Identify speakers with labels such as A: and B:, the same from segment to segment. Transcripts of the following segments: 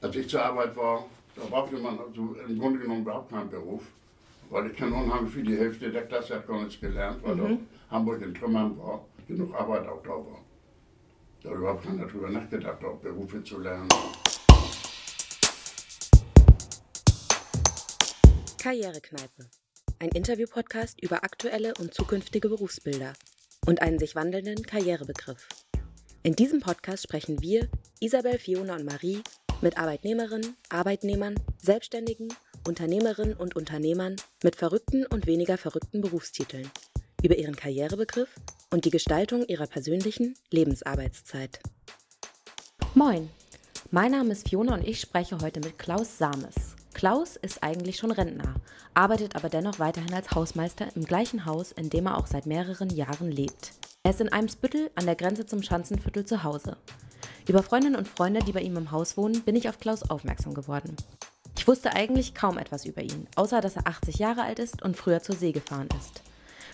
A: Als ich zur Arbeit war, da brauchte man also im Grunde genommen überhaupt keinen Beruf, weil ich kann unheimlich viel, die Hälfte der Klasse hat gar nichts gelernt, weil doch Hamburg in Trümmern war, genug Arbeit auch da war. Da hat überhaupt keiner drüber nachgedacht, auch Berufe zu lernen.
B: Karrierekneipe. Ein Interview-Podcast über aktuelle und zukünftige Berufsbilder und einen sich wandelnden Karrierebegriff. In diesem Podcast sprechen wir, Isabel, Fiona und Marie, mit Arbeitnehmerinnen, Arbeitnehmern, Selbstständigen, Unternehmerinnen und Unternehmern mit verrückten und weniger verrückten Berufstiteln über ihren Karrierebegriff und die Gestaltung ihrer persönlichen Lebensarbeitszeit.
C: Moin, mein Name ist Fiona und ich spreche heute mit Klaus Sames. Klaus ist eigentlich schon Rentner, arbeitet aber dennoch weiterhin als Hausmeister im gleichen Haus, in dem er auch seit mehreren Jahren lebt. Er ist in Eimsbüttel an der Grenze zum Schanzenviertel zu Hause. Über Freundinnen und Freunde, die bei ihm im Haus wohnen, bin ich auf Klaus aufmerksam geworden. Ich wusste eigentlich kaum etwas über ihn, außer dass er 80 Jahre alt ist und früher zur See gefahren ist.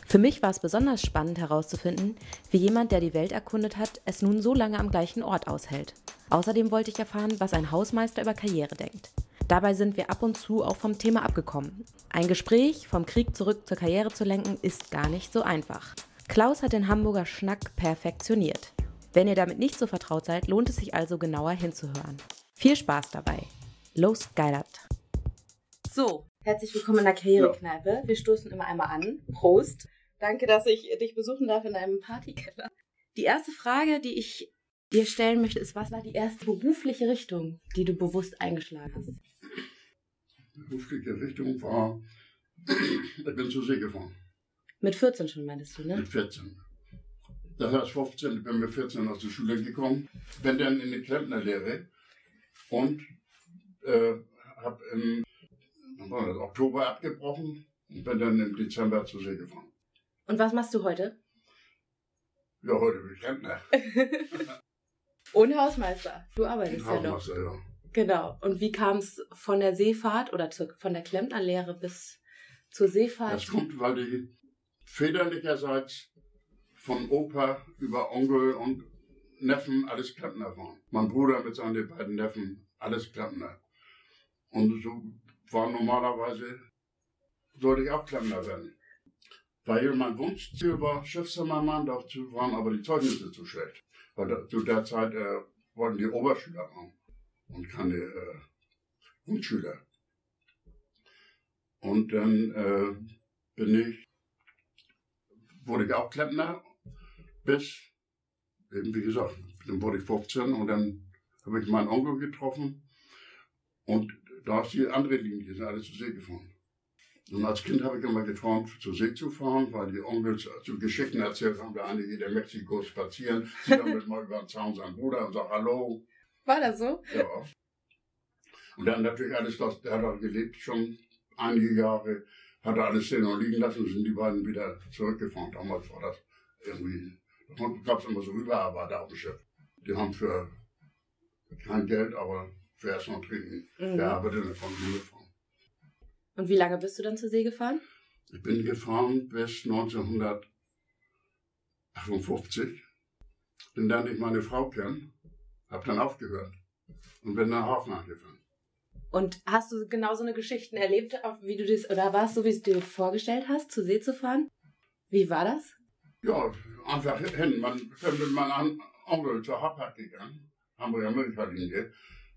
C: Für mich war es besonders spannend herauszufinden, wie jemand, der die Welt erkundet hat, es nun so lange am gleichen Ort aushält. Außerdem wollte ich erfahren, was ein Hausmeister über Karriere denkt. Dabei sind wir ab und zu auch vom Thema abgekommen. Ein Gespräch vom Krieg zurück zur Karriere zu lenken ist gar nicht so einfach. Klaus hat den Hamburger Schnack perfektioniert. Wenn ihr damit nicht so vertraut seid, lohnt es sich also genauer hinzuhören. Viel Spaß dabei. Los geilert. So, herzlich willkommen in der Karrierekneipe. Wir stoßen immer einmal an. Prost. Danke, dass ich dich besuchen darf in einem Partykeller. Die erste Frage, die ich dir stellen möchte, ist, was war die erste berufliche Richtung, die du bewusst eingeschlagen hast?
A: Berufliche Richtung war, ich bin zur See gefahren,
C: Mit 14 schon, meinst du, ne?
A: mit 14. Das heißt 15, ich bin mit 14 aus der Schule gekommen, bin dann in die Klempnerlehre und äh, habe im wann war das, Oktober abgebrochen und bin dann im Dezember zur See gefahren.
C: Und was machst du heute?
A: Ja, heute bin ich Rentner.
C: Ohne Hausmeister. Du arbeitest ja noch.
A: Hausmeister, ja.
C: Genau. Und wie kam es von der Seefahrt oder zu, von der Klempnerlehre bis zur
A: Das
C: Seefahrt?
A: kommt, weil die väterlicherseits von Opa über Onkel und Neffen alles Klempner waren. Mein Bruder mit seinen beiden Neffen, alles Klempner. Und so war normalerweise, sollte ich auch Klempner werden. Weil mein Wunschziel war, Schiffszimmermann, dazu waren aber die Zeugnisse zu schlecht. Weil da, zu der Zeit äh, wollten die Oberschüler haben und keine äh, Grundschüler. Und dann äh, bin ich, wurde ich auch Klempner, bis, eben wie gesagt, dann wurde ich 15 und dann habe ich meinen Onkel getroffen und da ist die andere Linie, die sind alle zur See gefahren. Und als Kind habe ich immer geträumt, zur See zu fahren, weil die Onkels zu Geschichten erzählt haben, der eine geht in Mexiko spazieren, sieht dann mal über den Zaun seinen Bruder und sagt Hallo.
C: War das so?
A: Ja. Und dann natürlich alles, das, der hat auch gelebt schon einige Jahre, hat er alles stehen und liegen lassen, sind die beiden wieder zurückgefahren. Damals war das irgendwie, da gab es immer so Überarbeiter auf dem Schiff. Die haben für kein Geld, aber für Essen und Trinken
C: Mhm.
A: gearbeitet und von mir gefahren.
C: Und wie lange bist du dann zur See gefahren?
A: Ich bin gefahren bis 1958. Bin dann nicht meine Frau kennen, hab dann aufgehört und bin nach Hafen angefangen.
C: Und hast du genau so eine Geschichten erlebt, auf- wie du das, oder war es so, wie du dir vorgestellt hast, zur See zu fahren? Wie war das?
A: Ja, einfach hin. Man, dann bin man an Onkel zur Hapag gegangen, Hamburg-Amerika-Linie.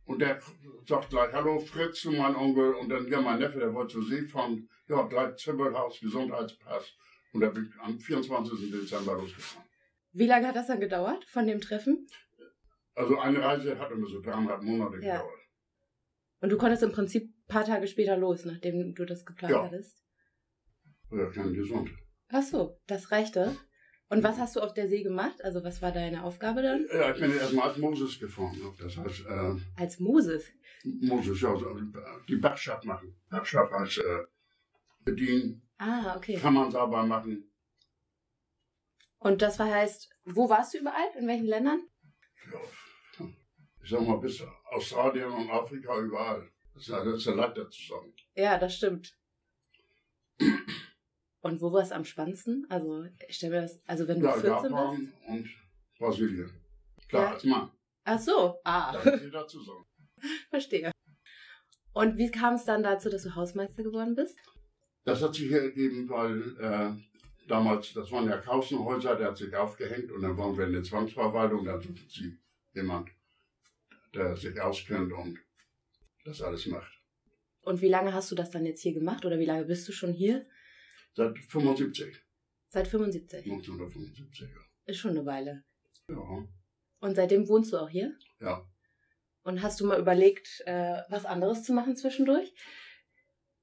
A: Und der sagt gleich, hallo Fritz, zu mein Onkel. Und dann ja, mein Neffe, der wollte zur See fahren. Ja, gleich Zimbelhaus, Gesundheitspass. Und da bin ich am 24. Dezember losgefahren.
C: Wie lange hat das dann gedauert von dem Treffen?
A: Also eine Reise hat immer so dreieinhalb Monate
C: Ja.
A: gedauert.
C: Und du konntest im Prinzip ein paar Tage später los, nachdem du das geplant
A: Ja.
C: hattest.
A: Oder kein gesund.
C: Ach so, das reichte. Und was hast du auf der See gemacht? Also was war deine Aufgabe dann?
A: Ja, ich bin erstmal als Moses gefahren. Das heißt, äh,
C: Als Moses.
A: Moses, ja, so, äh, die Backschaft machen. Backschaft heißt äh, bedienen,
C: Ah, okay.
A: kann man sauber machen.
C: Und das war heißt, wo warst du überall? In welchen Ländern?
A: Ja, ich sag mal, bis Australien und Afrika überall. Das ist ja, das ist ja leicht dazu sagen.
C: Ja, das stimmt. Und wo war es am spannendsten? Also, ich stelle mir das, also wenn du
A: Ja,
C: 14 bist.
A: Japan und Brasilien. Klar,
C: Ja.
A: als Mann.
C: Ach so, ah.
A: Da muss ich dazu sagen.
C: Verstehe. Und wie kam es dann dazu, dass du Hausmeister geworden bist?
A: Das hat sich ergeben, weil äh, damals, das waren ja Kausenhäuser, der hat sich aufgehängt und dann waren wir in der Zwangsverwaltung, da sucht sie jemand, der sich auskennt und das alles macht.
C: Und wie lange hast du das dann jetzt hier gemacht oder wie lange bist du schon hier?
A: Seit 75,
C: Seit 75.
A: 1975, ja.
C: Ist schon eine Weile.
A: Ja,
C: Und seitdem wohnst du auch hier?
A: ja.
C: Und hast du mal überlegt, äh, was anderes zu machen zwischendurch?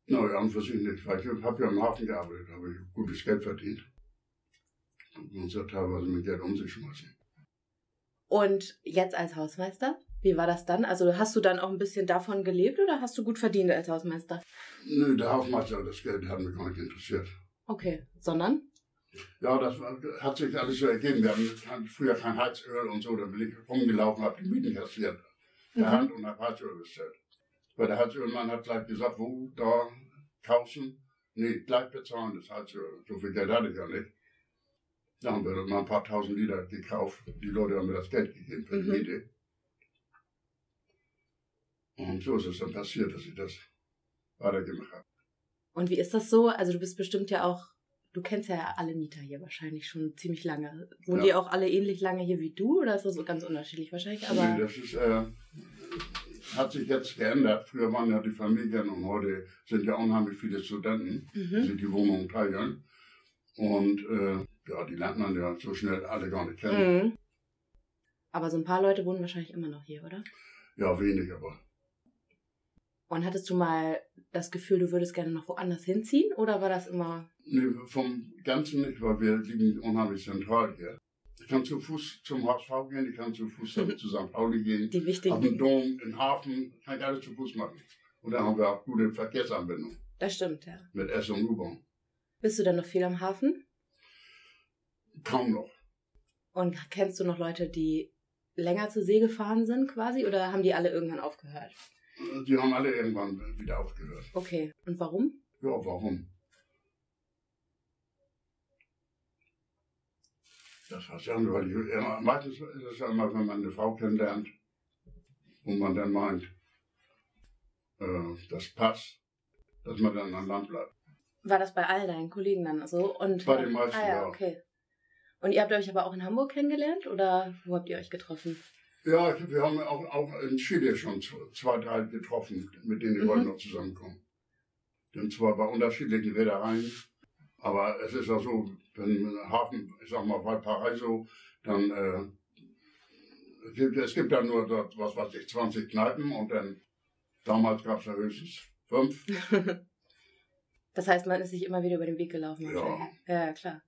A: Na ja, an und für sich nicht, weil ich habe ja im Hafen gearbeitet, habe ich gutes Geld verdient. Und man ja teilweise mit Geld um sich schmeißen.
C: Und jetzt als Hausmeister? Wie war das dann? Also hast du dann auch ein bisschen davon gelebt oder hast du gut verdient als Hausmeister?
A: Nö, der Hafenmeister, das Geld hat mich gar nicht interessiert.
C: Okay, sondern?
A: Ja, das war, hat sich alles so ergeben. Wir haben hatten früher kein Heizöl und so, da bin ich rumgelaufen, habe die Mieten kassiert. Der
C: Mhm.
A: Hand und habe Heizöl bestellt. Weil der Heizölmann hat gleich gesagt, wo, da, kaufen, nee, gleich bezahlen das Heizöl. So viel Geld hatte ich ja nicht. Da haben wir dann mal ein paar tausend Liter gekauft. Die Leute haben mir das Geld gegeben für die
C: Mhm.
A: Miete. Und so ist es dann passiert, dass ich das weitergemacht habe.
C: Und wie ist das so? Also du bist bestimmt ja auch, du kennst ja alle Mieter hier wahrscheinlich schon ziemlich lange. Wohnen
A: Ja.
C: die auch alle ähnlich lange hier wie du oder ist das so ganz unterschiedlich wahrscheinlich? Aber
A: nee, das ist, äh, hat sich jetzt geändert. Früher waren ja die Familien und heute sind ja unheimlich viele Studenten, die
C: mhm.
A: sich die Wohnungen teilen. Und äh, ja, die lernt man ja so schnell alle gar nicht kennen.
C: Mhm. Aber so ein paar Leute wohnen wahrscheinlich immer noch hier, oder?
A: Ja, wenig, aber
C: Und hattest du mal das Gefühl, du würdest gerne noch woanders hinziehen oder war das immer
A: nee, vom Ganzen nicht, weil wir liegen unheimlich zentral hier. Ich kann zu Fuß zum HSV gehen, ich kann zu Fuß dann zu St. Pauli gehen,
C: die
A: auf den
C: wichtigen?
A: Dom, in den Hafen, kann ich alles zu Fuß machen. Und da haben wir auch gute Verkehrsanbindung
C: Das stimmt, ja.
A: mit S und U-Bahn.
C: Bist du denn noch viel am Hafen?
A: Kaum noch.
C: Und kennst du noch Leute, die länger zur See gefahren sind quasi oder haben die alle irgendwann aufgehört?
A: Die haben alle irgendwann wieder aufgehört.
C: Okay. Und warum?
A: Ja, warum? Das weiß ich auch nicht, weil ich, ja, meistens ist es ja immer, wenn man eine Frau kennenlernt und man dann meint, äh, das passt, dass man dann am Land bleibt.
C: War das bei all deinen Kollegen dann so? Und
A: Bei den meisten,
C: ah, ja,
A: ja.
C: okay. Und ihr habt euch aber auch in Hamburg kennengelernt oder wo habt ihr euch getroffen?
A: Ja, ich, wir haben auch, auch in Chile schon z- zwei, drei getroffen, mit denen wir
C: Mhm.
A: wollten noch zusammenkommen. Und zwar bei unterschiedlichen Reedereien. Aber es ist ja so, wenn ein Hafen, ich sag mal Valparaiso, dann äh, es gibt, es gibt ja nur dort, was weiß ich, 20 Kneipen und dann damals gab es ja höchstens fünf.
C: Das heißt, man ist sich immer wieder über den Weg gelaufen.
A: Ja.
C: wahrscheinlich. Ja, ja, klar.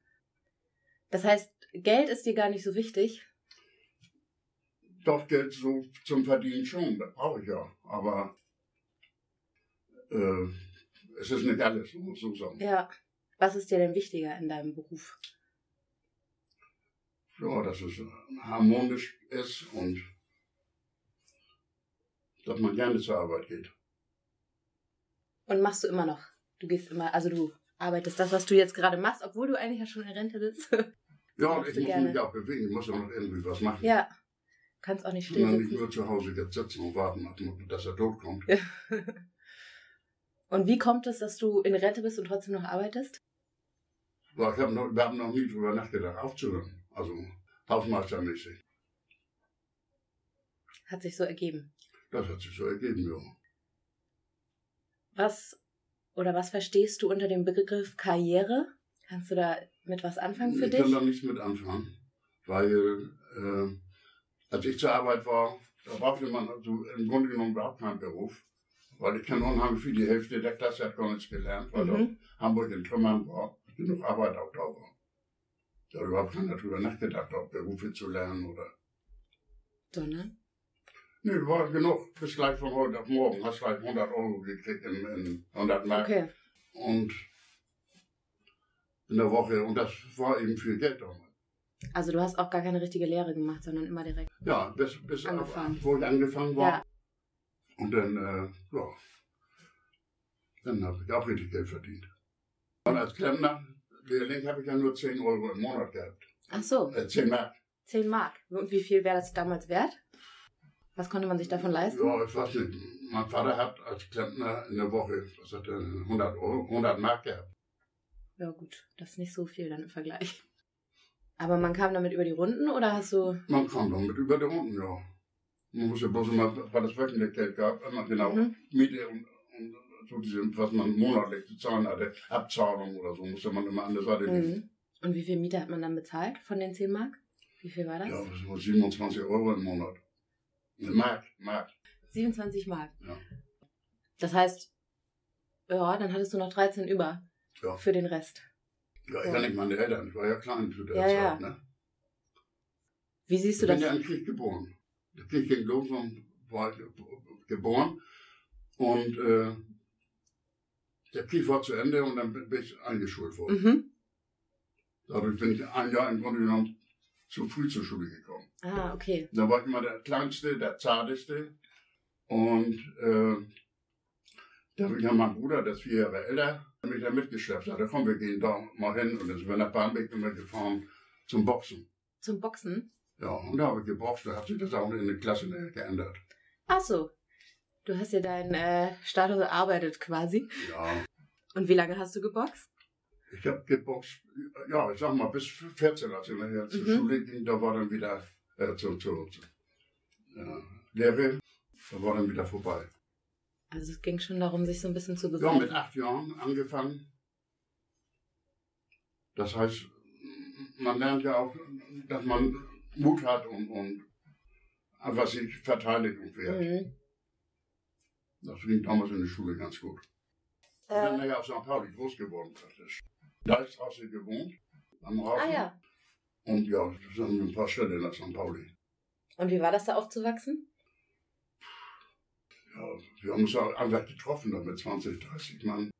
C: Das heißt, Geld ist dir gar nicht so wichtig.
A: Doch Geld so zum Verdienen schon, das brauche ich ja. Aber äh, es ist nicht alles, man muss so sagen.
C: Ja. Was ist dir denn wichtiger in deinem Beruf?
A: ja, dass es äh, harmonisch ist und dass man gerne zur Arbeit geht.
C: Und machst du immer noch? Du gehst immer, also du arbeitest das, was du jetzt gerade machst, obwohl du eigentlich ja schon in Rente sitzt.
A: Ja, und
C: Machst
A: ich
C: du
A: muss
C: gerne.
A: mich auch bewegen, ich muss auch noch irgendwie was machen.
C: ja. Kannst auch nicht
A: Ich kann
C: still
A: dann nicht
C: sitzen.
A: nur zu Hause jetzt sitzen und warten, auf den- dass er tot kommt.
C: Und wie kommt es, dass du in Rente bist und trotzdem noch arbeitest?
A: Aber ich hab noch, wir haben noch nie drüber nachgedacht, aufzuhören. Also hausmeistermäßig.
C: Hat sich so ergeben.
A: Das hat sich so ergeben, ja.
C: Was oder was verstehst du unter dem Begriff Karriere? Kannst du da mit was anfangen für
A: ich kann
C: dich?
A: da nichts mit anfangen, weil äh, als ich zur Arbeit war, da brauchte man also im Grunde genommen überhaupt keinen Beruf, weil ich kann unheimlich viel, die Hälfte der Klasse hat gar nichts gelernt, weil
C: Mhm.
A: da Hamburg in Trümmern war, genug Arbeit auch da war. Da hat überhaupt keiner drüber nachgedacht, auch Berufe zu lernen oder.
C: So, ne?
A: Nee, war genug, bis gleich von heute auf morgen, hast gleich 100 Euro gekriegt in, in 100 Mark
C: Okay.
A: und in der Woche, und das war eben viel Geld damals.
C: Also du hast auch gar keine richtige Lehre gemacht, sondern immer direkt.
A: Ja, bis, bis
C: Angefangen.
A: ab- wo ich angefangen war.
C: Ja.
A: Und dann, äh, ja, dann habe ich auch richtig Geld verdient. Und als Klempner, Lehrling, habe ich ja nur 10 Euro im Monat gehabt.
C: Ach so,
A: Äh, 10 Mark.
C: 10 Mark. Und wie viel wäre das damals wert? Was konnte man sich davon leisten?
A: Ja, ich weiß nicht. Mein Vater hat als Klempner in der Woche, was hat er, 100, Euro, 100 Mark gehabt.
C: Ja, gut, das ist nicht so viel dann im Vergleich. Aber man kam damit über die Runden oder hast du.
A: Man kam damit über die Runden, ja. Man muss ja bloß immer, weil es wöchentlich Geld gab, immer genau
C: Mhm.
A: Miete und, und so diese, was man monatlich zu zahlen hatte, Abzahlung oder so, musste man immer an der Seite liegen.
C: Mhm. Und wie viel Miete hat man dann bezahlt von den 10 Mark? Wie viel war das?
A: Ja, das war 27 Euro im Monat. Ne,
C: Hm.
A: Mark, Mark.
C: 27 Mark.
A: Ja.
C: Das heißt, ja, dann hattest du noch 13 über
A: Ja.
C: für den Rest.
A: Ja, ich
C: Ja.
A: war nicht meine Eltern, ich war ja klein zu der
C: Ja,
A: Zeit.
C: ja.
A: Ne?
C: Wie siehst
A: Ich
C: du
A: bin
C: das?
A: ja im Krieg geboren. Der Krieg ging los und war ich geboren. Und äh, der Krieg war zu Ende und dann bin bin ich eingeschult worden.
C: Mhm.
A: Dadurch bin ich ein Jahr im Grunde genommen zu früh zur Schule gekommen.
C: Ah, okay.
A: Da war ich immer der Kleinste, der Zarteste. Und äh, da habe ich ja mein Bruder, der ist vier Jahre älter, hat mich da mitgeschleppt. Sagte, komm, wir gehen da mal hin. Und dann sind wir nach Barmbek immer gefahren zum Boxen.
C: Zum Boxen?
A: Ja, und da habe ich geboxt. Da hat sich das auch in der Klasse geändert.
C: Ach so. Du hast ja deinen äh, Status erarbeitet quasi.
A: Ja,
C: Und wie lange hast du geboxt?
A: ich habe geboxt, ja, ich sag mal, bis 14, als ich nachher zur
C: Mhm.
A: Schule ging. Da war dann wieder äh, zur, zur, zur äh, Lehre. Da war dann wieder vorbei.
C: Also es ging schon darum, sich so ein bisschen zu
A: Ja, mit
C: beseitigen.
A: acht Jahren angefangen. Das heißt, man lernt ja auch, dass man Mut hat und, und einfach sich verteidigt und wehrt.
C: mhm.
A: Das ging damals in der Schule ganz gut. Ich bin
C: äh,
A: ja auf St. Pauli groß geworden praktisch. Da ist draußen gewohnt, am Hafen.
C: ah ja.
A: Und ja, das sind ein paar Städte nach St. Pauli.
C: Und wie war das da aufzuwachsen?
A: Ja, Ähm, wir haben uns auch einfach getroffen da mit 20, 30 Mann.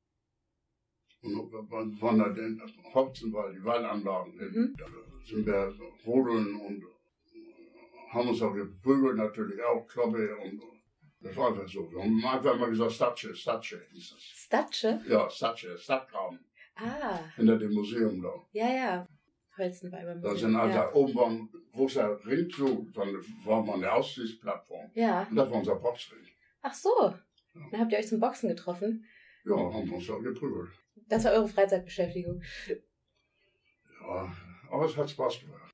A: Und wir waren da den Hopzenwald, also die Waldanlagen, in
C: Mhm.
A: sind wir rodeln und äh, haben uns auch geprügelt natürlich, auch Kloppe und das war einfach so. Wir haben einfach mal gesagt, Statsche, Statsche hieß das.
C: Statsche?
A: Ja, Statsche, Stadtgraben,
C: Ah,
A: hinter dem Museum da.
C: ja, ja. Holzenweiber.
A: Da sind also oben war ein großer Ring zu, dann war mal eine Aussichtsplattform.
C: ja. ja.
A: Und das war unser Boxring.
C: Ach so. Dann habt ihr euch zum Boxen getroffen.
A: Ja, haben wir uns da geprügelt.
C: Das war eure Freizeitbeschäftigung.
A: Ja, aber es hat Spaß gemacht.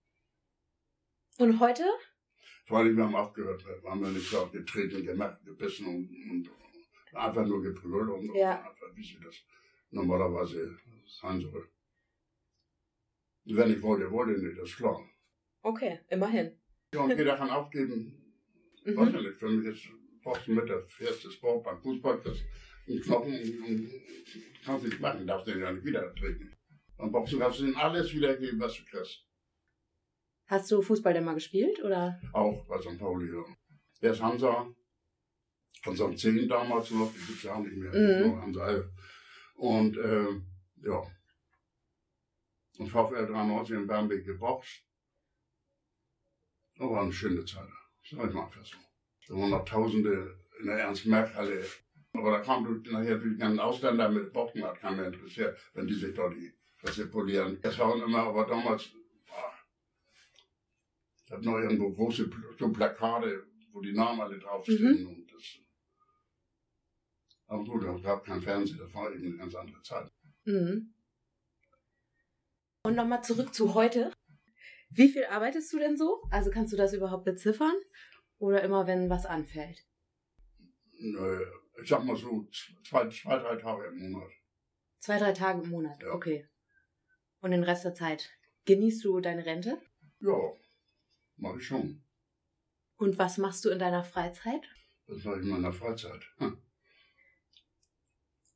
C: Und heute?
A: Vor allem, wir haben aufgehört, wir haben ja nicht so getreten, gemacht, gebissen und, und einfach nur geprügelt und
C: Ja.
A: einfach, wie sie das normalerweise sein soll. Wenn ich wollte, wollte ich nicht, das ist klar.
C: Okay, immerhin.
A: Ja, und jeder kann aufgeben, weiß ich nicht, für mich ist Boxen mit das erste Sport beim Fußball, das ein Knochen und, und kannst nicht machen, darfst den ja nicht wieder treten. Beim Boxen kannst du denen alles wiedergeben, was du kriegst.
C: Hast du Fußball denn mal gespielt oder?
A: Auch bei St. Pauli. Ja. Der ist Hansa. Hansa 10 damals noch, die gibt's ja auch nicht mehr.
C: Mhm.
A: Nur Hansa 11. Und ähm, ja. Und VfL 93 in Bernbeck geboxt. Das war eine schöne Zeit. Sag ich mal einfach so. Da waren noch Tausende in der Ernst-Merck-Halle. Aber da kam durch- nachher durch die ganzen Ausländer mit Bocken, hat keiner interessiert, wenn die sich dort die Fresse polieren. Das waren immer, aber damals, boah, ich hab noch irgendwo große Pl- so Plakate, wo die Namen alle draufstehen. Und das, aber gut, da gab kein Fernsehen, das war eben eine ganz andere Zeit.
C: Mhm. Und nochmal zurück zu heute. Wie viel arbeitest du denn so? Also kannst du das überhaupt beziffern? Oder immer, wenn was anfällt?
A: Nö, Ich sag mal so, z- zwei, zwei drei Tage im Monat.
C: Zwei, drei Tage im Monat,
A: Ja.
C: okay. Und den Rest der Zeit genießt du deine Rente?
A: Ja, mach ich schon.
C: Und was machst du in deiner Freizeit?
A: Das mache ich in meiner Freizeit. Hm.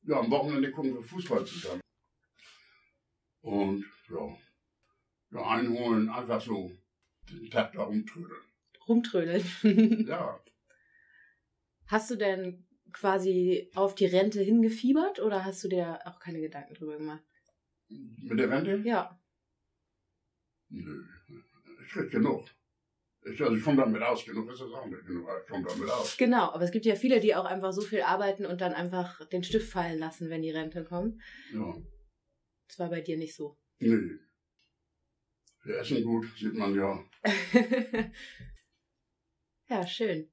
A: Ja, am Wochenende gucken wir Fußball zusammen. Und ja, ja einholen, einfach so den Tag da rumtrödeln.
C: Rumtrödeln.
A: Ja,
C: hast du denn quasi auf die Rente hingefiebert oder hast du dir auch keine Gedanken drüber gemacht?
A: mit der Rente?
C: Ja.
A: Nö, ich krieg genug. Ich, also ich komme damit aus, genug ist es auch nicht genug, aber ich komme damit aus.
C: Genau, aber es gibt ja viele, die auch einfach so viel arbeiten und dann einfach den Stift fallen lassen, wenn die Rente kommt.
A: Ja,
C: Das war bei dir nicht so.
A: nö. Wir essen gut, sieht man ja.
C: ja, schön.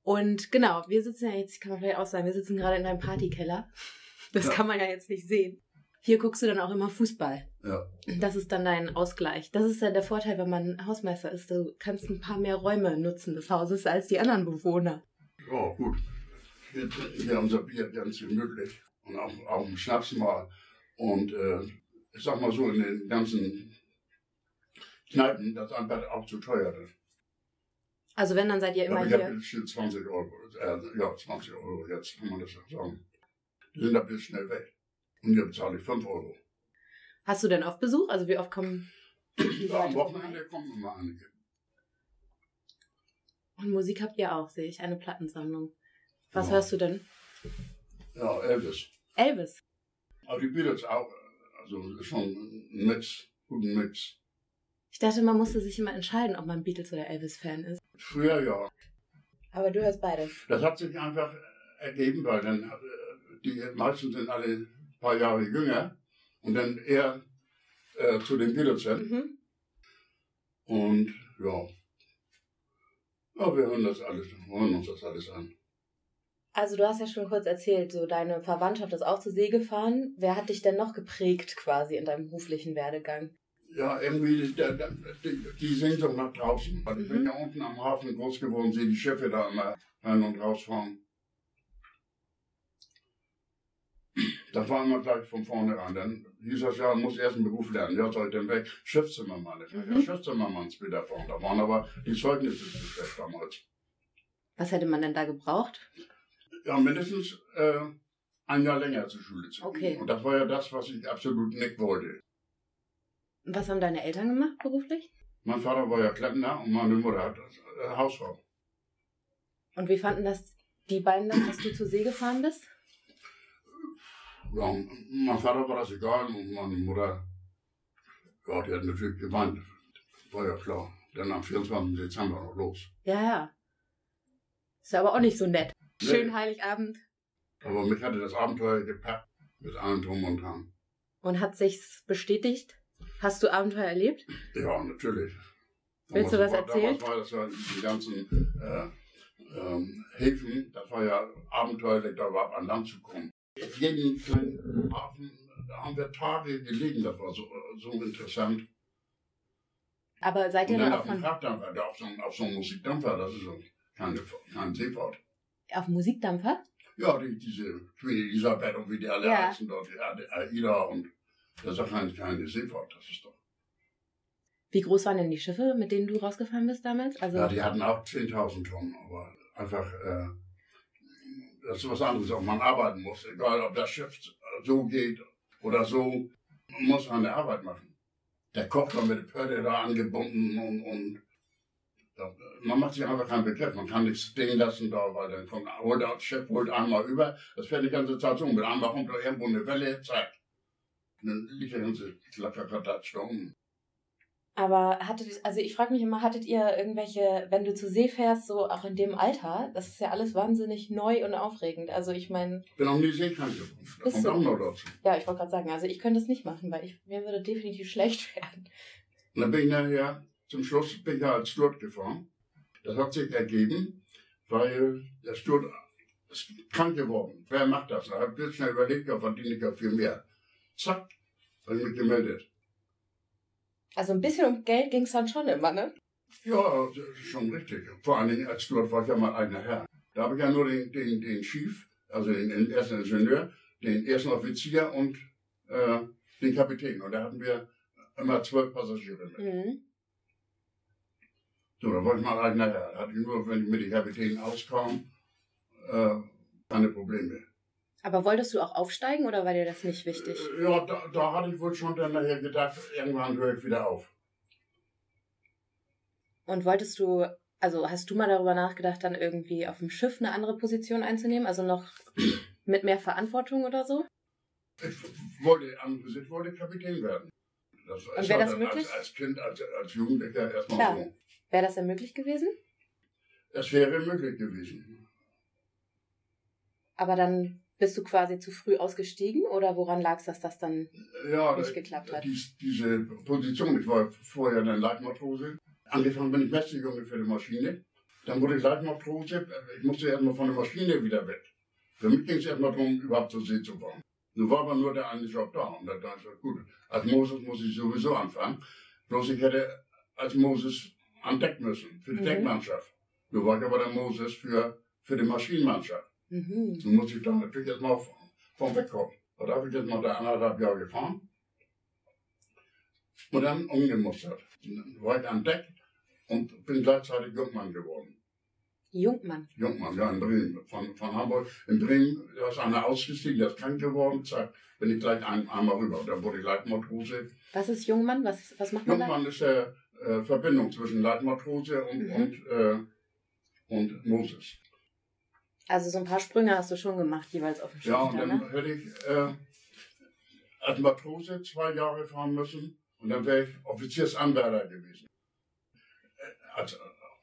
C: Und genau, wir sitzen ja jetzt, kann man vielleicht auch sagen, wir sitzen gerade in einem Partykeller. Das
A: Ja.
C: kann man ja jetzt nicht sehen. Hier guckst du dann auch immer Fußball.
A: Ja.
C: Das ist dann dein Ausgleich. Das ist ja der Vorteil, wenn man Hausmeister ist. Du kannst ein paar mehr Räume nutzen des Hauses als die anderen Bewohner.
A: Ja, gut. Wir trinken hier unser Bier ganz gemütlich und auch, auch einen Schnaps mal. Und äh, ich sag mal so, in den ganzen Kneipen, das ist einfach auch zu teuer. Ist.
C: Also wenn, dann seid ihr immer
A: Aber ich
C: hier.
A: habe schon 20 Euro, äh, ja, 20 Euro jetzt, kann man das auch sagen. Die sind ein bisschen schnell weg. Und hier bezahle ich 5 Euro.
C: Hast du denn oft Besuch? Also wie oft kommen
A: Ja, am Wochenende kommen immer einige.
C: Und Musik habt ihr auch, sehe ich. Eine Plattensammlung. Was
A: Ja.
C: hörst du denn?
A: Ja, Elvis.
C: Elvis.
A: Aber die Beatles auch, also ist schon ein Mix, guten Mix.
C: Ich dachte, man musste sich immer entscheiden, ob man Beatles oder Elvis-Fan ist.
A: Früher ja.
C: Aber du hörst beides.
A: Das hat sich einfach ergeben, weil dann äh, die meisten sind alle ein paar Jahre jünger und dann eher äh, zu den Beatles sind.
C: Mhm.
A: Und ja. Ja, wir hören das alles, hören uns das alles an.
C: Also du hast ja schon kurz erzählt, so deine Verwandtschaft ist auch zur See gefahren. Wer hat dich denn noch geprägt quasi in deinem beruflichen Werdegang?
A: Ja, irgendwie der, der, die, die Sehnsucht nach draußen.
C: Mhm.
A: Weil ich bin ja unten am Hafen groß geworden, sehe die Schiffe da immer rein und rausfahren. Das war immer gleich von vornherein. Dann hieß das ja, muss erst einen Beruf lernen. Ja, soll ich denn weg? Schiffszimmermann. Ich war ja
C: Mhm.
A: Schiffszimmermann später vorne. Da waren aber die Zeugnisse zu schlecht damals.
C: Was hätte man denn da gebraucht?
A: Ja, mindestens äh, ein Jahr länger zur Schule zu gehen.
C: Okay.
A: Und das war ja das, was ich absolut nicht wollte.
C: Was haben deine Eltern gemacht beruflich?
A: Mein Vater war ja Klempner und meine Mutter hat äh, Hausfrau.
C: Und wie fanden das die beiden das, dass du zur See gefahren bist?
A: Ja, und mein Vater war das egal und meine Mutter, ja, die hat natürlich geweint. War ja klar. Dann am 24. Dezember noch los.
C: Ja, ja. Ist ja aber auch nicht so nett.
A: Nee.
C: Schön Heiligabend.
A: Aber mich hatte das Abenteuer gepackt mit allem drum und dran.
C: Und hat sich's bestätigt? Hast du Abenteuer erlebt?
A: Ja, natürlich.
C: Willst du
A: Damals
C: das
A: war-
C: erzählen?
A: Damals war das ja die ganzen äh, ähm, Häfen, das war ja abenteuerlich, da überhaupt an Land zu kommen. Auf jedem kleinen Hafen haben wir Tage gelegen, das war so, äh, so interessant.
C: Aber seid ihr
A: Und
C: dann
A: dann
C: auch
A: auf dem
C: von
A: Kraftdampfer, da auf so, einem- auf so einem Musikdampfer, das ist so keine, kein Seefahrt.
C: auf Musikdampfer?
A: Ja, die, diese Queen Elisabeth und wie die alle
C: Ja.
A: heißen dort, die Aida und das ist doch keine, keine Seefahrt, das ist doch.
C: Wie groß waren denn die Schiffe, mit denen du rausgefahren bist damals? Also
A: Ja, die hatten auch 10.000 Tonnen, aber einfach, äh, das ist was anderes, ob man arbeiten muss. Egal, ob das Schiff so geht oder so, man muss man eine Arbeit machen. Der Koch war mit der Pörde da angebunden und, und da, man macht sich einfach keinen Begriff. Man kann nichts stehen lassen da, weil dann kommt, holt das Schiff, holt einmal über, das fährt die ganze Zeit so, mit einmal kommt da irgendwo eine Welle, zack. Und Dann liegt der ganze Klackerkadatsch da unten.
C: Aber hattet, also ich frage mich immer, hattet ihr irgendwelche, wenn du zur See fährst, so auch in dem Alter, das ist ja alles wahnsinnig neu und aufregend. Also ich meine,
A: Ich bin auch nie seekrank geworden. Das
C: Ist
A: kommt
C: so.
A: auch noch dazu.
C: ja, ich wollte gerade sagen, also ich könnte es nicht machen, weil ich, mir würde definitiv schlecht werden.
A: Und dann bin ich nachher, zum Schluss bin ich ja als Sturt gefahren. Das hat sich ergeben, weil der Sturt ist krank geworden. Wer macht das? Da habe ich schnell überlegt, da verdiene ich ja viel mehr. Zack, habe ich mich gemeldet.
C: Also ein bisschen um Geld ging es dann schon immer, ne?
A: Ja, das ist schon richtig. Vor allen Dingen als Sturt war ich ja mein eigener Herr. Da habe ich ja nur den, den, den Chief, also den, den ersten Ingenieur, den ersten Offizier und äh, den Kapitän. Und da hatten wir immer zwölf Passagiere mit.
C: Mhm.
A: So, da wollte ich mal sagen, naja, hatte ich nur, wenn ich mit den Kapitänen auskam, äh, keine Probleme.
C: Aber wolltest du auch aufsteigen oder war dir das nicht wichtig?
A: Äh, ja, da, da hatte ich wohl schon dann nachher gedacht, irgendwann höre ich wieder auf.
C: Und wolltest du, also hast du mal darüber nachgedacht, dann irgendwie auf dem Schiff eine andere Position einzunehmen? Also noch mit mehr Verantwortung oder so?
A: Ich wollte, angesehen, wollte Kapitän werden. Das,
C: Und
A: war
C: wäre das
A: dann
C: möglich?
A: Als, als Kind, als, als Jugendlicher erstmal
C: Klar.
A: so.
C: Wäre das denn möglich gewesen?
A: Es wäre möglich gewesen.
C: Aber dann bist du quasi zu früh ausgestiegen oder woran lag es, dass das dann
A: Ja,
C: nicht geklappt hat?
A: dies, diese Position, ich war vorher dann Leitmatrose. Angefangen bin ich Messerjunge für die Maschine. Dann wurde ich gleich mal provoziert, ich musste erstmal von der Maschine wieder weg. Für mich ging es erstmal darum, überhaupt zur See zu kommen. Nun war aber nur der eine Job da und da dachte ich, gut, als Moses muss ich sowieso anfangen. Bloß ich hätte als Moses an Deck müssen, für die
C: Mhm.
A: Deckmannschaft. Nun war ich aber der Moses für, für die Maschinenmannschaft.
C: Mhm.
A: Nun muss ich da natürlich erstmal vom, vom Weg kommen. Und da habe ich jetzt mal da anderthalb Jahre gefahren und dann umgemustert. Und dann war ich an Deck und bin gleichzeitig Jungmann geworden.
C: Jungmann.
A: Jungmann, ja, in Bremen, von, von Hamburg. In Bremen, da ist einer ausgestiegen, der ist krank geworden, zack, bin ich gleich ein, einmal rüber. Und dann wurde ich Leitmatrose.
C: Was ist Jungmann? Was, was macht man da?
A: Jungmann ist der äh, Verbindung zwischen Leitmatrose und,
C: Mhm.
A: und, äh, und Moses.
C: Also so ein paar Sprünge hast du schon gemacht, jeweils auf dem Schiff.
A: Ja, und
C: da,
A: dann
C: ne?
A: hätte ich äh, als Matrose zwei Jahre fahren müssen und dann wäre ich Offiziersanwärter gewesen. Äh, Als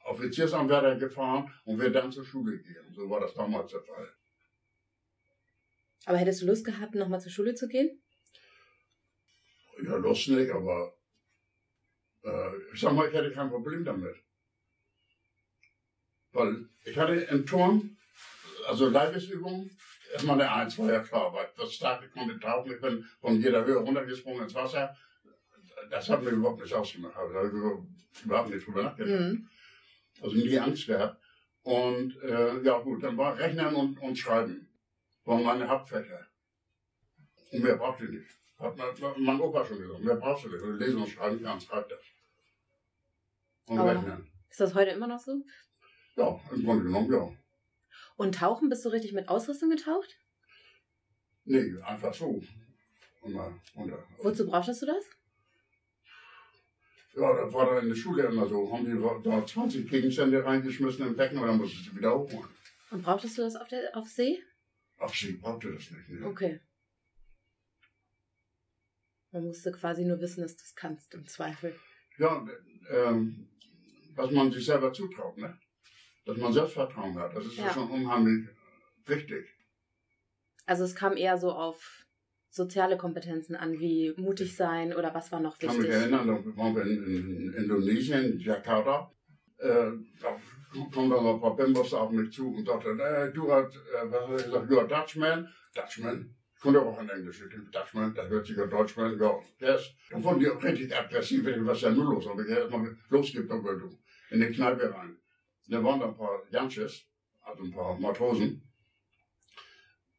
A: Offiziersanwärter gefahren und wäre dann zur Schule gegangen. So war das damals der Fall.
C: Aber hättest du Lust gehabt, nochmal zur Schule zu gehen?
A: Ja, Lust nicht, aber äh, ich sag mal, ich hätte kein Problem damit. Weil ich hatte im Turm, also Leibesübungen, erstmal eine Eins war ja klar, weil das stark, ich konnte tauchen, ich bin von jeder Höhe runtergesprungen ins Wasser. Das hat mir überhaupt nicht ausgemacht, also, da habe ich über- überhaupt nicht drüber nachgedacht.
C: Mhm.
A: Also nie Angst gehabt. Und äh, ja gut, dann war Rechnen und, und Schreiben waren meine Hauptfächer. Und mehr brauchte ich nicht. Hat mein, mein Opa schon gesagt, mehr brauchst du nicht. Wenn du lesen und schreiben kannst, reicht das. Und
C: Aber-
A: Rechnen.
C: Ist das heute immer noch so?
A: Ja, im Grunde genommen ja.
C: Und tauchen, bist du richtig mit Ausrüstung getaucht?
A: Nee, einfach so. Und, mal runter.
C: Wozu brauchtest du das?
A: ja, das war dann in der Schule immer so. Haben die da 20 Gegenstände reingeschmissen im Becken und dann musste ich sie wieder hochholen.
C: Und brauchtest du das auf, der, auf See?
A: Ach, sie brauchte das nicht. Ne?
C: Okay. Man musste quasi nur wissen, dass du es kannst, im Zweifel.
A: Ja, ähm, was man sich selber zutraut, ne? Dass man Selbstvertrauen hat, das ist ja.
C: Ja.
A: schon unheimlich wichtig.
C: Also es kam eher so auf soziale Kompetenzen an, wie mutig sein oder was war noch
A: Ich kann mich
C: wichtig.
A: erinnern, da waren wir in, in Indonesien, Jakarta, äh, da kommt dann ein paar Bimbos auf mich zu und sagte, äh, du hast, äh, was hat er gesagt, du hast Dutchman, Dutchman, ich konnte auch in Englisch, ich denke, Dutchman, da hört sich ja Deutschman, ja, yes. Dann wurden die auch richtig aggressiv, ich dachte, was ist denn nun los? Aber ich hab erstmal losgepunkelt, du, in die Kneipe rein. Da waren da ein paar Jansches, also ein paar Matrosen.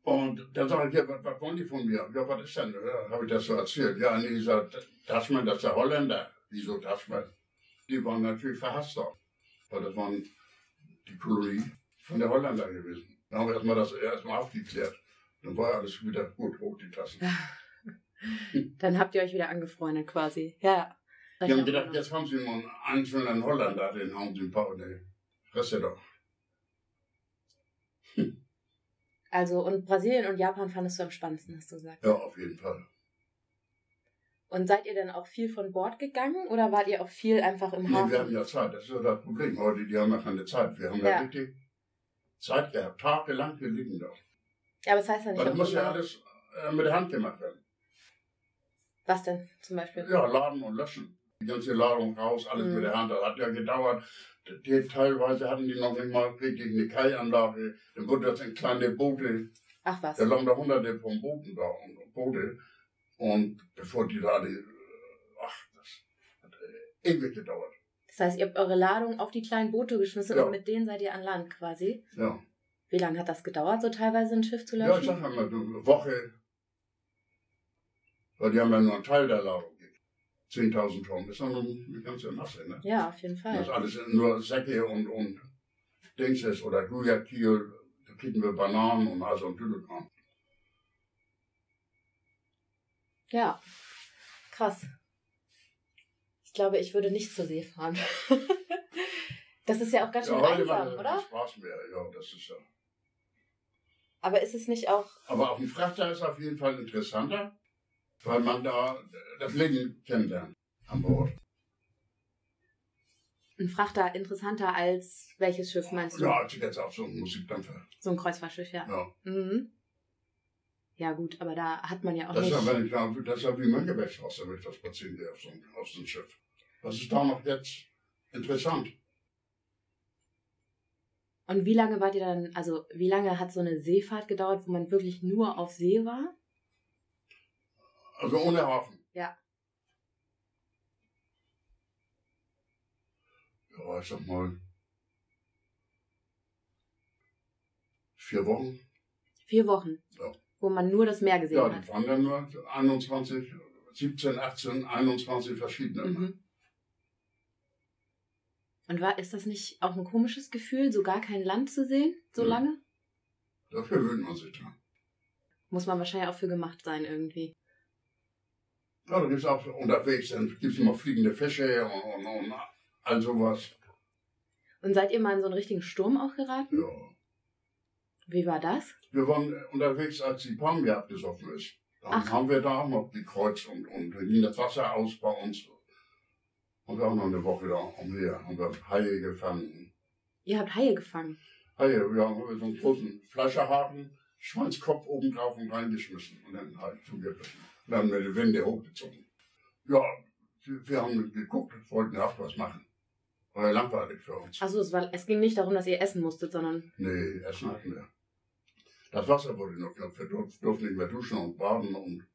A: Und dann sage ich, ja, was, was wollen die von mir? Ja, was ist denn? Ja, habe ich das so erzählt? Ja, nee, ich sag, Tasman, das ist der Holländer. Wieso Tasman? Die waren natürlich verhasst da, weil das waren die Kolonie von der Holländer gewesen. Dann haben wir erstmal das erstmal aufgeklärt. Dann war alles wieder gut hoch die Tassen.
C: Dann habt ihr euch wieder angefreundet quasi. Ja.
A: Die haben gedacht, jetzt haben sie mal einen einzelnen Holländer, den haben sie ein paar, ne, Reste doch.
C: Also und Brasilien und Japan fandest du am spannendsten, hast du gesagt.
A: Ja, auf jeden Fall.
C: Und seid ihr dann auch viel von Bord gegangen oder wart ihr auch viel einfach im
A: Nee,
C: Hafen?
A: wir haben ja Zeit, das ist ja das Problem. Heute, die haben ja keine Zeit. Wir haben ja,
C: Ja.
A: richtig Zeit gehabt, tagelang, wir liegen da.
C: ja, aber das heißt ja nicht,
A: Weil das
C: auch
A: muss ja
C: immer-
A: alles äh, mit der Hand gemacht werden.
C: was denn zum Beispiel?
A: Ja, laden und löschen. Die ganze Ladung raus, alles
C: Mhm.
A: mit der Hand. Das hat ja gedauert. Die, die, teilweise hatten die noch nicht mal richtig eine Kaianlage. Dann wurde das in kleine Boote.
C: Ach was.
A: Da lagen da hunderte von Booten da und und Boote. Und bevor die da die, ach, das hat äh, ewig gedauert.
C: Das heißt, ihr habt eure Ladung auf die kleinen Boote geschmissen
A: Ja.
C: und mit denen seid ihr an Land quasi.
A: Ja.
C: Wie lange hat das gedauert, so teilweise ein Schiff zu
A: Ja, ich
C: löschen?
A: sag mal, eine Woche. Weil die haben ja nur einen Teil der Ladung. 10.000 Tonnen ist ja nur eine ganze Masse, ne?
C: Ah, ja, auf jeden Fall.
A: Das alles nur Säcke und, und Dings ist oder Guayaquil, da kriegen wir Bananen und also ein Tüdelkram.
C: Ja, krass. Ich glaube, ich würde nicht zur See fahren. das ist ja auch ganz schön einsam, oder?
A: Spaß mehr, ja, das ist ja.
C: Aber ist es nicht auch,
A: Aber auf dem Frachter ist auf jeden Fall interessanter, weil man da das Leben kennenlernt an Bord.
C: ein Frachter interessanter als welches Schiff meinst du?
A: Ja, als ich jetzt auch so ein Musikdampfer.
C: So ein Kreuzfahrtschiff, ja.
A: Ja.
C: Mhm. Ja gut, aber da hat man ja auch
A: Das ist,
C: nicht.
A: ja, wenn ich da, das ist ja wie Mönckebergstraße, wenn ich das spazieren gehe auf so ein, auf so ein Schiff. Das ist da noch jetzt interessant.
C: Und wie lange wart ihr dann, also wie lange hat so eine Seefahrt gedauert, wo man wirklich nur auf See war?
A: Also ohne Hafen.
C: Ja.
A: Ja, ich sag mal. Vier Wochen.
C: Vier Wochen.
A: Ja.
C: Wo man nur das Meer gesehen
A: Ja,
C: hat.
A: die waren dann halt nur 21, 17, 18, 21 verschiedene.
C: Mhm. Und war, ist das nicht auch ein komisches Gefühl, so gar kein Land zu sehen, so
A: Nö.
C: lange?
A: Dafür gewöhnt man sich dran.
C: Muss man wahrscheinlich auch für gemacht sein irgendwie.
A: Ja, da gibt's auch unterwegs, dann gibt's immer fliegende Fische und, und, und all sowas.
C: Und seid ihr mal in so einen richtigen Sturm auch geraten?
A: Ja.
C: Wie war das?
A: Wir waren unterwegs, als die Palme abgesoffen ist. Dann
C: Ach.
A: haben wir da auch noch gekreuzt und, und ging das Wasser aus bei uns. Und wir auch noch eine Woche da umher, haben wir Haie gefangen.
C: Ihr habt Haie gefangen.
A: Haie, wir haben so einen großen Flascherhaken, Schwanzkopf oben drauf und reingeschmissen und dann halt zugerissen. Dann haben wir die Wände hochgezogen. Ja, wir wir haben geguckt und wollten auch was machen. War langweilig für uns.
C: Achso, es, war- es ging nicht darum, dass ihr essen musstet, sondern.
A: Nee, Essen hatten wir. Das Wasser wurde noch knapp. Wir durf- durften nicht mehr duschen und baden. Und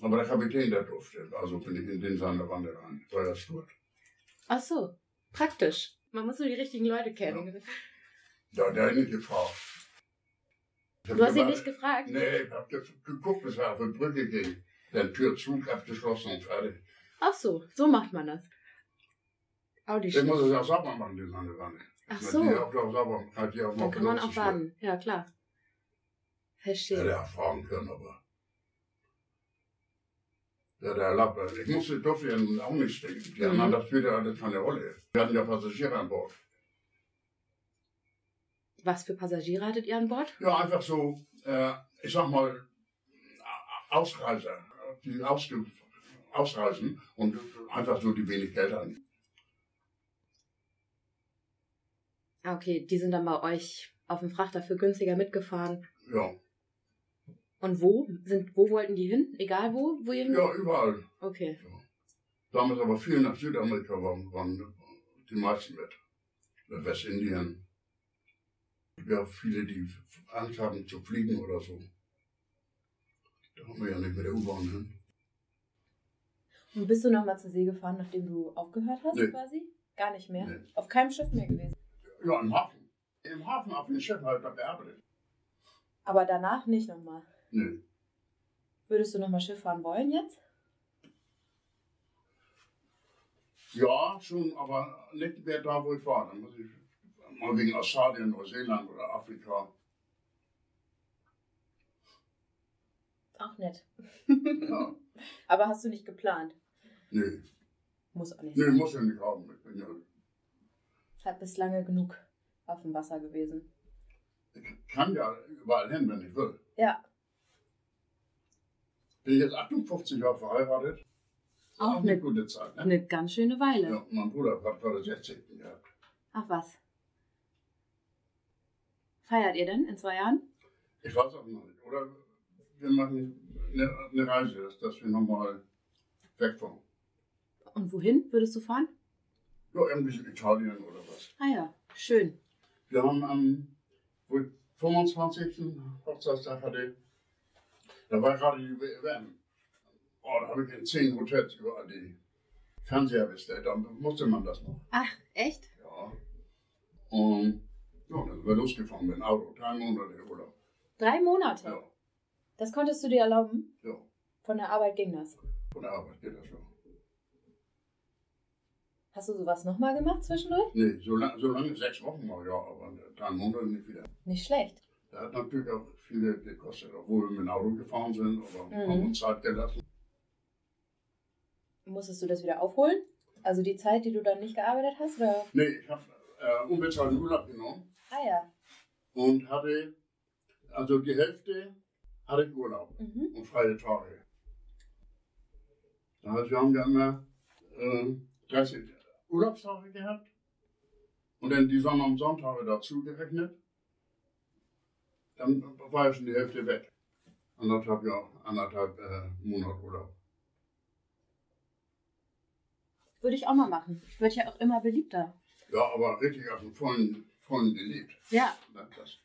A: Aber der Kapitän, der durfte. Also bin ich in den seine Wanne rein, weil das tut.
C: Ach so, praktisch. Man muss nur die richtigen Leute kennen.
A: Da der hat nicht gefragt. Ich hab
C: Du hast ihn
A: immer-
C: nicht gefragt.
A: Nee, ich hab ge- geguckt, bis er auf die Brücke ging. Dann Türzug abgeschlossen und fertig.
C: Ach so, so macht man das. Audi
A: Ich muss es auch sauber machen, die seine Wanne.
C: Ach
A: Man
C: so,
A: Die auch doch sauber, hat die auch
C: dann
A: noch
C: kann man
A: benutzt,
C: auch baden. Ja, klar.
A: Ja,
C: Verstehe.
A: der fragen können, aber. Ja, der Lappe. Ich musste, durfte ja auch nicht stinken. Die
C: Mhm.
A: anderen, das spielte alles keine Rolle. Wir hatten ja Passagiere an Bord.
C: Was für Passagiere hattet ihr an Bord?
A: Ja, einfach so, äh, ich sag mal, Ausreiser, die ausge ausreisen und einfach so, die wenig Geld hatten.
C: Ah, okay, die sind dann bei euch auf dem Frachter für günstiger mitgefahren.
A: Ja,
C: Und wo? Sind, wo wollten die hin? Egal wo? wo ihr hin?
A: ja überall.
C: Okay.
A: Damals aber viel nach Südamerika waren, waren die meisten mit. Nach Westindien. Ja, viele, die Angst haben zu fliegen oder so. Da haben wir ja nicht mit der U-Bahn hin.
D: Und bist du nochmal zur See gefahren, nachdem du aufgehört hast
A: Nee.
D: quasi? Gar nicht mehr?
A: Nee.
D: Auf keinem Schiff mehr gewesen.
A: Ja, im Hafen. Im Hafen auf dem Schiff halt da bearbeitet.
D: Aber danach nicht nochmal.
A: Nee.
D: Würdest du nochmal Schiff fahren wollen jetzt?
A: Ja, schon, aber nicht mehr da, wo ich war. Dann muss ich mal wegen Australien, Neuseeland oder Afrika.
D: Auch nett.
A: Ja,
D: Aber hast du nicht geplant?
A: nee.
D: Muss auch nicht.
A: Nee,
D: sein.
A: muss ich nicht haben. Ich bin ja
D: Hat bis lange genug auf dem Wasser gewesen.
A: kann ja überall hin, wenn ich will.
D: Ja.
A: Bin ich jetzt 58 Jahre verheiratet.
C: Auch
A: eine
C: eine-
A: gute Zeit. Ne?
C: Eine ganz schöne Weile.
A: Ja, mein Bruder hat gerade 16 gehabt.
C: Ach was. Feiert ihr denn in zwei Jahren?
A: Ich weiß auch noch nicht. Oder wir machen eine, eine Reise, dass, dass wir nochmal wegfahren.
C: Und wohin würdest du fahren?
A: Ja, irgendwie in Italien oder was.
C: Ah ja, schön.
A: Wir haben am wo ich 25. Hochzeitstag hatte, da war gerade die WM. Oh, da habe ich in 10 Hotels überall die Fernseher bestellt. Da musste man das noch.
C: Ach, echt?
A: Ja. Und ja, dann sind wir losgefahren mit dem Auto. Drei Monate Urlaub.
D: Drei Monate.
A: Ja,
D: Das konntest du dir erlauben?
A: ja.
D: Von der Arbeit ging das.
A: Von der Arbeit geht das schon.
D: Hast du sowas nochmal gemacht zwischendurch?
A: Nee, so, lang, so lange, sechs Wochen mal, ja, aber drei Monate nicht wieder.
D: Nicht schlecht.
A: Da hat natürlich auch viele gekostet, obwohl wir mit dem Auto gefahren sind, aber
D: Mhm.
A: haben uns Zeit gelassen.
D: Musstest du das wieder aufholen? Also die Zeit, die du dann nicht gearbeitet hast? Oder?
A: Nee, ich habe äh, unbezahlten Urlaub genommen
D: Ah ja.
A: und hatte, also die Hälfte hatte ich Urlaub
D: Mhm.
A: und freie Tage. Das heißt, wir haben ja immer äh, 30 Urlaubstage gehabt und dann die Sonne- und Sonntage dazu gerechnet. Dann war ja schon die Hälfte weg. Anderthalb Jahr, anderthalb äh, Monat Urlaub.
C: Würde ich auch mal machen. Wird ja auch immer beliebter.
A: Ja, aber richtig aus dem vollen, Vollen gelebt.
E: Ja.
A: Dann das.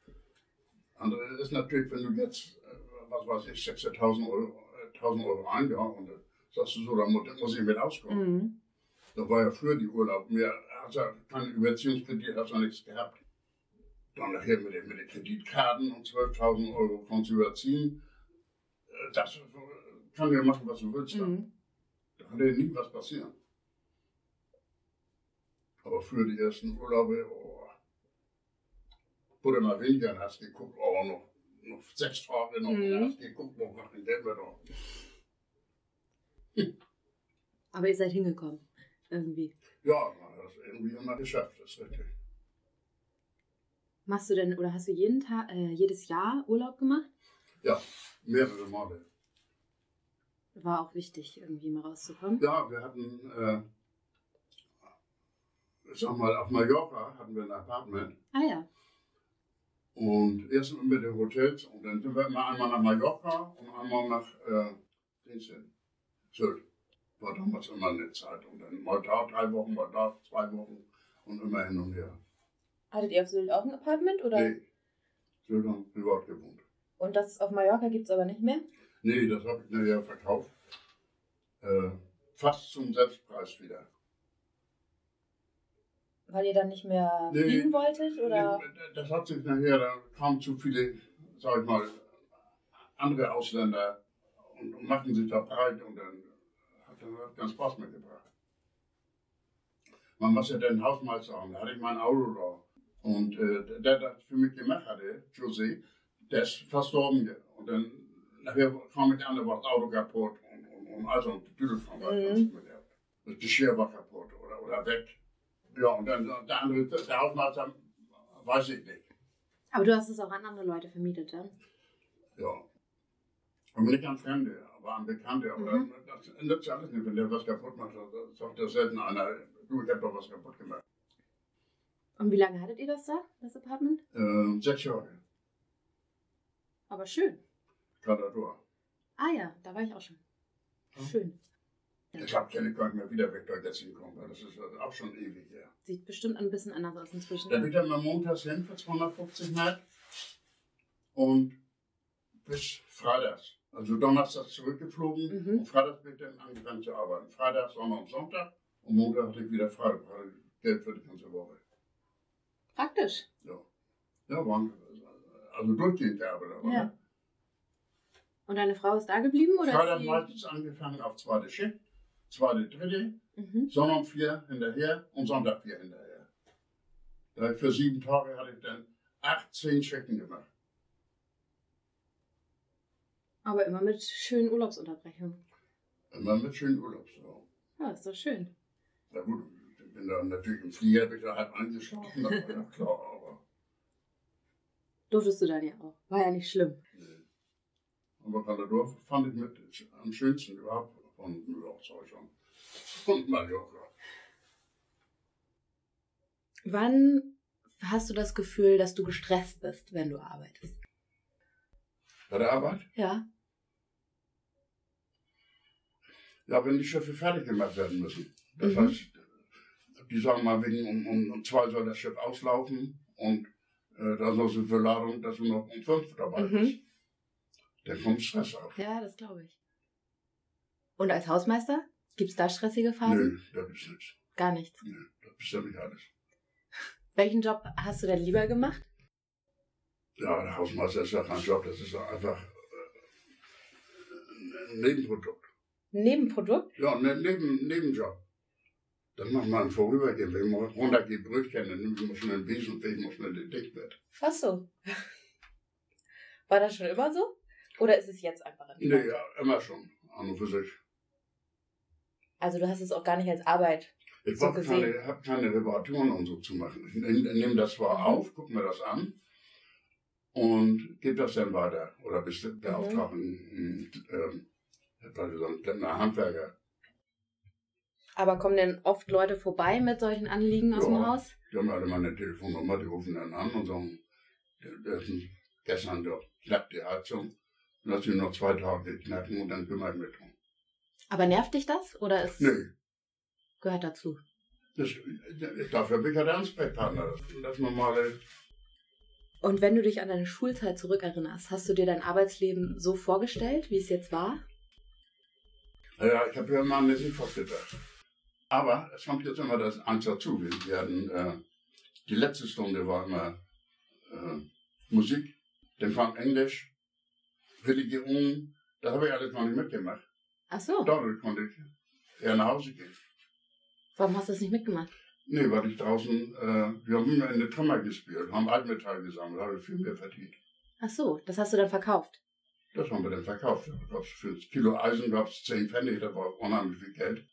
A: Andere ist natürlich, wenn du jetzt, äh, was weiß ich, 16.000 Euro, äh, 1.000 Euro eingehauen und dann sagst du so, da mu- muss ich mit auskommen.
E: Mhm.
A: Da war ja früher die Urlaub, mir hast ja keine Überziehungskredit, hast ja nichts gehabt. Dann nachher mit den, mit den Kreditkarten und 12.000 Euro konntest du überziehen. Äh, Das äh, kannst du ja machen, was du willst. Dann.
E: Mhm.
A: Da kann dir nie was passieren. Aber für die ersten Urlaube, oh, wurde mal weniger, dann hast du geguckt, oh, noch, noch sechs Tage noch,
E: Mhm.
A: dann hast du geguckt, wo machen denn wir noch?
C: Aber ihr seid hingekommen. Irgendwie.
A: Ja, man hat das irgendwie immer geschafft, das ist richtig.
C: Machst du denn oder hast du jeden Tag, äh, jedes Jahr Urlaub gemacht?
A: Mehrere Male.
C: War auch wichtig, irgendwie mal rauszukommen.
A: Ja, wir hatten, äh, ich sag mal, auf Mallorca hatten wir ein Apartment
C: Ah ja.
A: und erst mit den Hotels und dann sind wir immer einmal nach Mallorca und einmal nach äh, Dienstag. Sylt. War damals immer eine Zeit. Und dann mal da drei Wochen, mal da zwei Wochen und immer hin und her.
E: Hattet ihr auf Sylt auch ein Apartment? Oder?
A: Nee, Sylt haben wir dort gewohnt.
E: Und das auf Mallorca gibt es aber nicht mehr?
A: Nee, das habe ich nachher verkauft. Äh, fast zum Selbstpreis wieder.
E: Weil ihr dann nicht mehr
A: Nee.
E: fliegen wolltet? Oder?
A: Das hat sich nachher, da kamen zu viele, sag ich mal, andere Ausländer und, und machten sich da breit und dann hat das ganz Spaß mitgebracht. Man muss ja den Hausmeister haben, da hatte ich mein Auto da. Und äh, der, der das für mich gemacht hatte, Jose, der ist verstorben. Und dann nachher kam ich an, da war das Auto kaputt und, und, und also ein Tüdel von
E: Mhm.
A: Das Geschirr Also, war kaputt oder, oder weg. Ja, und dann der andere, der Hausmeister, weiß ich nicht.
C: Aber du hast es auch an andere Leute vermietet dann.
A: Ja. Aber nicht an Fremde, aber an Bekannte. Aber
C: Mhm.
A: das nützt alles nicht, wenn der was kaputt macht. also, Das sagt ja selten einer, du, ich hab doch was kaputt gemacht.
C: Und wie lange hattet ihr das da, das Apartment?
A: Ähm, sechs Jahre,
C: Aber schön.
A: Gradador.
C: Ah ja, da war ich auch schon.
A: Hm.
C: Schön.
A: Ich hab keine Kranken mehr wieder weg, da jetzt hinkommen, weil das ist also auch schon ewig her.
C: Sieht bestimmt ein bisschen anders aus
A: Da
C: inzwischen.
A: bin ich dann mal montags hin für 250 Mark und bis freitags. Also donnerstags zurückgeflogen
C: Mhm.
A: und freitags bin ich dann angefangen zu arbeiten. Freitag, Sonntag und Sonntag und Montag hatte ich wieder frei, hatte Geld für die ganze Woche.
C: Praktisch.
A: Ja, ja waren, also durchgehend gearbeitet. aber,
C: Ja.
A: ne?
C: Und deine Frau ist da geblieben oder?
A: Freitag
C: ist sie-
A: meistens angefangen auf zweite Schicht, zweite, dritte,
C: Mhm.
A: Sonntag vier hinterher und Sonntag vier hinterher. Da hab ich für sieben Tage hatte ich dann 18 Schichten gemacht.
C: Aber immer mit schönen Urlaubsunterbrechungen.
A: Immer mit schönen Urlaub. So.
C: Ja, ist doch schön.
A: Na gut, ich bin dann natürlich im Flieger, bin ich da halb eingeschlafen, das war ja klar, aber,
C: Durftest du dann ja auch. War ja nicht schlimm.
A: nee. aber Calador fand ich mit am schönsten überhaupt von New York, sag ich schon. Und Mallorca.
C: Wann hast du das Gefühl, dass du gestresst bist, wenn du arbeitest?
A: Bei der Arbeit?
C: Ja.
A: Ja, wenn die Schiffe fertig gemacht werden müssen. Das
C: Mhm.
A: heißt, die sagen mal, wegen um, um, um zwei soll das Schiff auslaufen und äh, da soll sie für Ladung, dass du noch um fünf dabei
C: Mhm.
A: bist. Dann kommt Stress auf.
C: Ja, das glaube ich. Und als Hausmeister? Gibt es da stressige Phasen?
A: Nö, das ist nichts.
C: Gar nichts.
A: Das ist ja nicht alles.
C: Welchen Job hast du denn lieber gemacht?
A: Ja, der Hausmeister ist ja kein Job, das ist ja einfach äh, ein Nebenprodukt.
C: Nebenprodukt?
A: Ja, ein Neben, Nebenjob. Dann machen wir einen Vorübergehen. Wenn man runtergeht, Brötchen, dann nimmt man schnell einen Wiesenweg, muss schnell den Dichtbett.
E: Fast so. War das schon immer so? Oder ist es jetzt einfach
A: Nee,
E: entspannt?
A: ja, immer schon. An und für sich.
E: Also du hast es auch gar nicht als Arbeit.
A: Ich
E: So
A: habe keine, hab keine Reparaturen und so zu machen. Ich nehme nehm das zwar auf, gucke mir das an und gebe das dann weiter. Oder bis der
E: Mhm.
A: Auftrag ähm, ein, ein, ein, ein Handwerker.
C: Aber kommen denn oft Leute vorbei mit solchen Anliegen aus dem
A: Ja.
C: Haus?
A: Die haben alle meine Telefonnummer, die rufen dann an und sagen, der- der ist ein- gestern doch knackt die Heizung. Lass ihn noch zwei Tage knacken und dann kümmere ich mich drum.
C: Aber nervt dich das oder ist
A: Nee,
C: gehört dazu?
A: Das, dafür bin ich ja der Ansprechpartner. Das, das normale.
C: Und wenn du dich an deine Schulzeit zurückerinnerst, hast du dir dein Arbeitsleben so vorgestellt, wie es jetzt war?
A: Ja, ich habe ja mal an das Infos gedacht. Aber es kommt jetzt immer das eins dazu. Wir werden, äh, die letzte Stunde war immer äh, Musik, dann kam Englisch, Religion. Das habe ich alles noch nicht mitgemacht.
C: Ach so,
A: Dadurch konnte ich eher nach Hause gehen.
C: warum hast du das nicht mitgemacht?
A: Nee, weil ich draußen, äh, wir haben immer in der Trümmer gespielt, haben Altmetall gesammelt, habe viel mehr verdient.
C: Ach so, das hast du dann verkauft.
A: Das haben wir dann verkauft. Da gab's für das Kilo Eisen gab es 10 Pfennig, da war unheimlich viel Geld.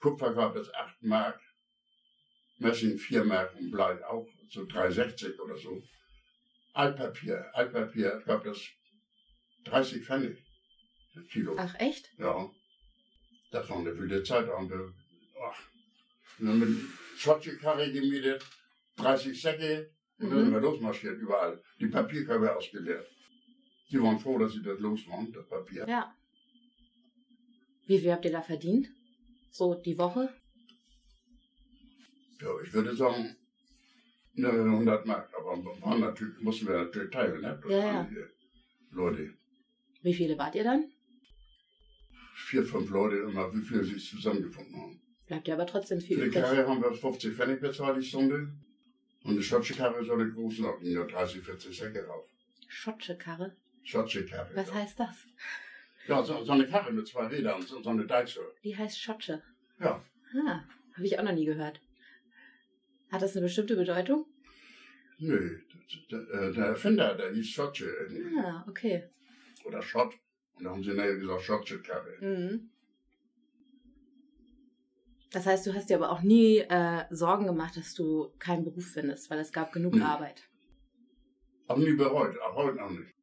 A: Kupfer gab es 8 Mark, Messing 4 Mark und Blei auch so 3,60 oder so. Altpapier, Altpapier gab es 30 Pfennig, das Kilo.
C: Ach echt?
A: Ja, das war eine wilde Zeit. Da haben wir, ach, wir haben eine schwarze Karre gemietet, 30 Säcke und dann
C: Mhm.
A: sind wir losmarschiert überall. Die Papierkörbe ausgeleert. Die waren froh, dass sie das los waren, das Papier.
C: Ja. Wie viel habt ihr da verdient? So die Woche?
A: Ja, ich würde sagen, ne, 100 Mark. Aber waren natürlich, mussten wir natürlich teilen, ne? Das
C: Ja,
A: waren
C: ja.
A: die Leute,
C: Wie viele wart ihr dann?
A: vier, fünf Leute immer, wie viel sie zusammengefunden haben.
C: Bleibt ja aber trotzdem viel
A: Für die
C: übrig.
A: Karre haben wir 50 Pfennig bezahlt die Stunde. Und die schottische Karre ist so eine große, da gingen ja 30, 40 Säcke rauf.
C: Schottsche Karre.
A: Schottische Karre.
C: Was heißt das?
A: Ja, so, so eine Karre mit zwei Rädern, so, so eine Deichsel.
C: Die heißt Schottsche.
A: Ja.
C: Ah, habe ich auch noch nie gehört. Hat das eine bestimmte Bedeutung?
A: Nö, der, der- der Erfinder, der hieß Schottsche irgendwie.
C: Ah, okay.
A: Oder Schott. Und da haben sie nachher gesagt, Schottische Karre.
C: Mhm. Das heißt, du hast dir aber auch nie äh, Sorgen gemacht, dass du keinen Beruf findest, weil es gab genug
A: Nee.
C: Arbeit.
A: Haben nie bereut, auch heute noch nicht.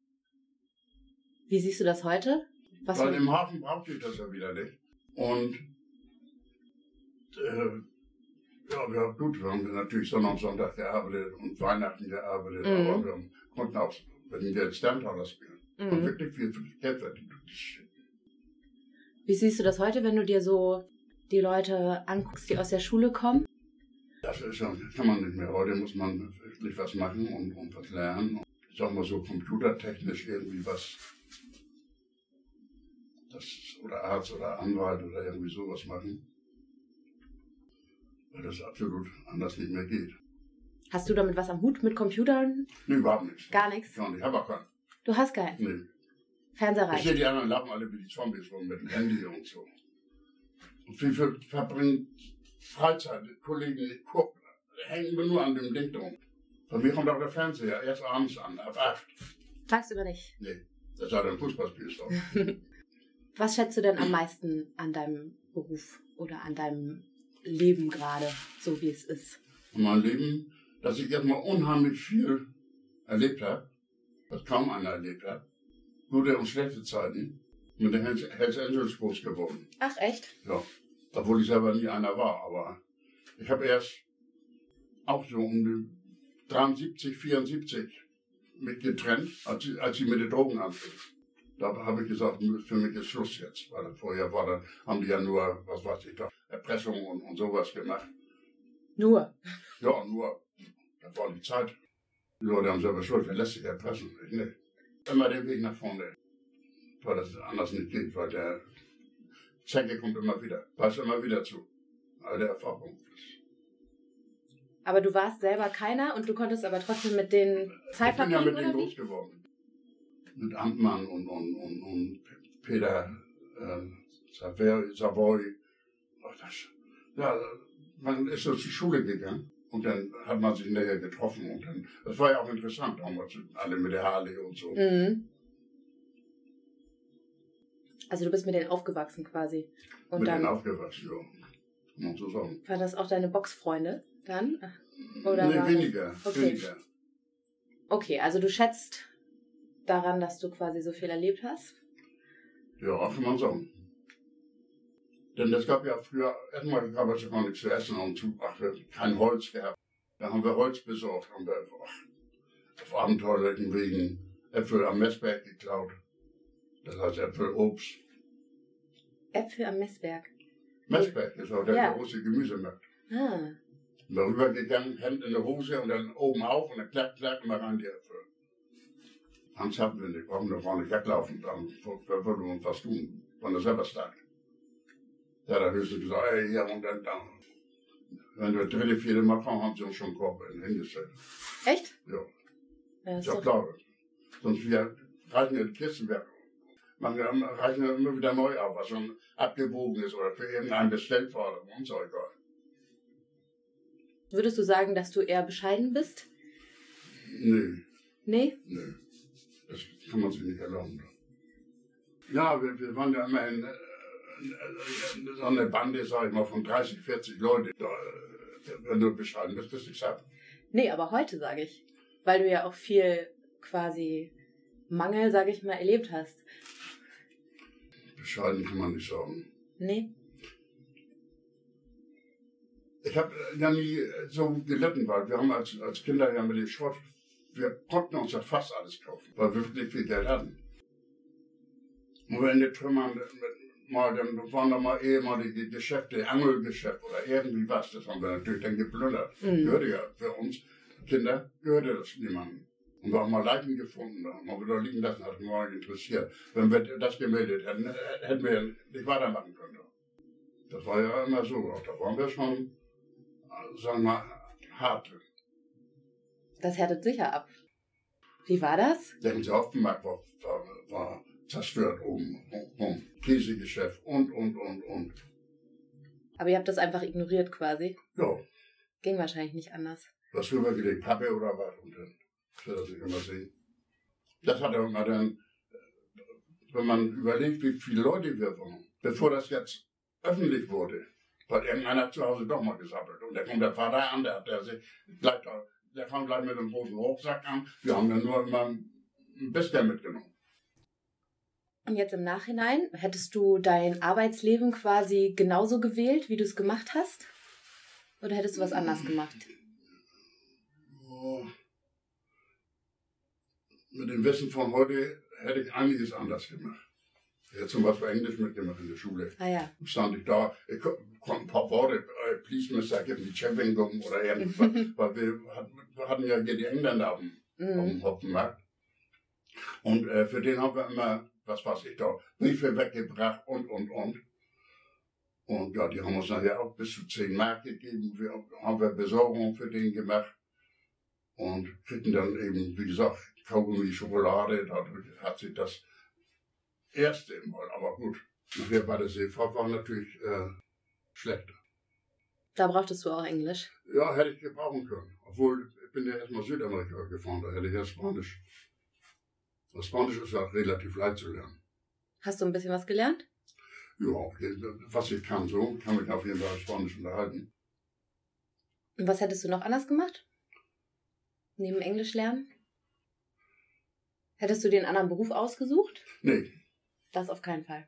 C: Wie siehst du das heute? Was
A: Weil
C: für-
A: im Hafen brauchte ich das ja wieder nicht. Und äh, ja, wir haben gut, wir haben natürlich Sonntag, Sonntag gearbeitet und Weihnachten gearbeitet,
C: Mhm.
A: aber wir haben- konnten auch, wenn wir jetzt Sterntaler spielen, haben
C: Mhm.
A: wirklich viel Geld verdient. durch die Shit.
C: Wie siehst du das heute, wenn du dir so die Leute anguckst, die aus der Schule kommen?
A: Das ist, ja- kann man nicht mehr. Heute muss man wirklich was machen und, und was lernen. Und, sagen wir so computertechnisch irgendwie was. Das, oder Arzt oder Anwalt oder irgendwie sowas machen. Weil das absolut anders nicht mehr geht.
C: Hast du damit was am Hut mit Computern?
A: Nee, überhaupt nichts.
C: Gar nichts.
A: Gar nicht. Hab auch keinen.
C: Du hast keinen.
A: Nee.
C: Fernseher
A: Ich sehe
C: reicht.
A: die anderen laufen alle wie die Zombies rum mit dem Handy und so. Und wie viel verbringen Freizeit, die Kollegen gucken, hängen wir nur an dem Ding drum. Bei mir kommt auch der Fernseher erst abends an, ab 8.
C: Tagsüber nicht.
A: Das hat ein Fußballspielstoff.
C: Was schätzt du denn am meisten an deinem Beruf oder an deinem Leben gerade, so wie es ist?
A: Und mein Leben, dass ich erstmal unheimlich viel erlebt habe, was kaum einer erlebt hat. Gute und schlechte Zeiten. Mit den Hells Hells Angels groß geworden.
C: Ach echt?
A: Ja, obwohl ich selber nie einer war, aber ich habe erst auch so um die 73, 74 mit getrennt, als, ich- als ich mit den Drogen anfing. Da habe ich gesagt, für mich ist Schluss jetzt, weil vorher war dann, haben die ja nur, was weiß ich doch, Erpressung und, und sowas gemacht.
C: Nur.
A: Ja, nur, das war die Zeit. Die Leute haben selber Schuld, wer lässt sich erpressen? Ich nicht. Immer den Weg nach vorne. Weil das anders nicht geht, weil der Zecke kommt immer wieder. Weißt immer wieder zu. Alte Erfahrung.
C: Aber du warst selber keiner und du konntest aber trotzdem mit den
A: Ich bin
C: Zeitfabriken
A: ja mit
C: oder
A: denen
C: wie?
A: groß geworden. Mit Amtmann und, und, und, und Peter äh, Savoy. Savoy. Ach, das, ja, man ist so zur Schule gegangen und dann hat man sich näher getroffen. Und dann, das war ja auch interessant damals, alle mit der Harley und so.
C: Mhm. Also du bist mit denen aufgewachsen quasi. Und
A: mit
C: dann
A: denen aufgewachsen, ja. um Kann man so sagen.
C: waren das auch deine Boxfreunde dann? Ach, Oder war das-
A: nee, weniger,
C: okay.
A: weniger.
C: Okay, also du schätzt daran, dass du quasi so viel erlebt hast.
A: Ja, kann man sagen. Denn es gab ja früher, erstmal gab es ja gar nichts zu essen und zu, ach, wir haben kein Holz gehabt. Da haben wir Holz besorgt, haben wir ach, auf abenteuerlichen Wegen Äpfel am Messberg geklaut. Das heißt Äpfelobst.
C: Äpfel am Messberg.
A: Messberg ist auch der
C: Ja.
A: große Gemüsemarkt.
F: Ah.
A: Darüber gegangen, Hemd in der Hose und dann oben auf und dann klack, klack, mal rein die Äpfel. Hans hat mir nicht, warum da vorne weglaufen, dann würden wir uns was tun, von der Silberstag. Der hat dann höchstens gesagt, ey, ja, und dann, dann. Wenn wir dritte, vierte Mal kommen, haben sie uns schon Korb hingestellt.
F: Echt?
D: Ja,
A: Ist
D: ist
A: ja
D: doch,
A: klar. Sonst wir reichen ja die Kisten weg. Man ähm, reichen ja immer wieder neu auf, was schon abgebogen ist oder für irgendeinen Bestellforderung und so egal.
F: Würdest du sagen, dass du eher bescheiden bist?
A: Nee.
F: Nee?
A: Nö. Das kann man sich nicht erlauben. Ja, wir, wir waren ja immer in, äh, in so einer Bande, sag ich mal, von 30, 40 Leute. Da, äh, wenn du bescheiden bist, bist du satt.
F: Nee, aber heute sage ich. Weil du ja auch viel quasi Mangel, sage ich mal, erlebt hast.
A: Bescheiden kann man nicht sagen.
F: Nee?
A: Ich habe ja nie äh, so gelitten, weil wir haben als, als Kinder ja mit dem Schrott, wir konnten uns ja fast alles kaufen, weil wir wirklich viel Geld hatten. Und wenn die Trümmern, mal, dann waren da mal ehemalige Geschäfte, Angelgeschäft oder irgendwie was, das haben wir natürlich dann geplündert.
F: Mhm.
A: gehörte ja für uns Kinder, gehörte das niemandem. Und wir haben mal Leichen gefunden, haben wir wieder liegen lassen, hat mich gar nicht interessiert. Wenn wir das gemeldet hätten, hätten wir nicht weitermachen können. Das war ja immer so, da waren wir schon, äh, sagen wir mal, hart.
F: Das härtet sicher ab. Wie war das?
A: Der ganze Hauptmarkt war, war, war zerstört oben, um Käsegeschäft und, und, und, und.
F: Aber ihr habt das einfach ignoriert quasi.
A: Ja,
F: Ging wahrscheinlich nicht anders.
A: was rübergelegt, Pappe oder was, und dann wird das nicht immer sehen. Das hat man dann, äh, wenn man überlegt, wie viele Leute wir waren, bevor das jetzt öffentlich wurde, hat irgendeiner zu Hause doch mal gesammelt. Und da kommt der Vater an, der hat der sich gleich, da- der kam gleich mit einem großen Rucksack an, wir haben dann nur immer ein bisschen mitgenommen.
F: Und jetzt im Nachhinein, hättest du dein Arbeitsleben quasi genauso gewählt, wie du es gemacht hast? Oder hättest du was
A: Mm.
F: anders gemacht?
A: Oh. Mit dem Wissen von heute hätte ich einiges anders gemacht. Ich hätte zum Beispiel Englisch mitgemacht in der Schule.
F: Ah ja.
A: stand ich da, ich ko- konnte ein paar Worte, äh, please Mister, gib mir Champing gum oder irgendwas, weil wir hatten, wir hatten ja hier die Engländer auf dem, auf
F: Mhm.
A: dem Hopfenmarkt. Und äh, für den haben wir immer, was weiß ich da, Briefe weggebracht und, und, und. Und ja, die haben uns nachher auch bis zu 10 Mark gegeben, wir, haben wir Besorgung für den gemacht. Und kriegten dann eben, wie gesagt, Kaugummi, Schokolade, dadurch hat sich das erste Mal, aber gut. Nachher bei der Seefahrt war natürlich äh, schlechter.
F: Da brauchtest du auch Englisch.
A: Ja, hätte ich gebrauchen können. Obwohl, ich bin ja erstmal Südamerika gefahren, da hätte ich ja Spanisch. Das Spanisch ist ja relativ leicht zu lernen.
F: Hast du ein bisschen was gelernt?
A: Ja, was ich kann so, kann mich auf jeden Fall Spanisch unterhalten.
F: Und was hättest du noch anders gemacht? Neben Englisch lernen? Hättest du den anderen Beruf ausgesucht?
A: Nee,
F: Das auf keinen Fall.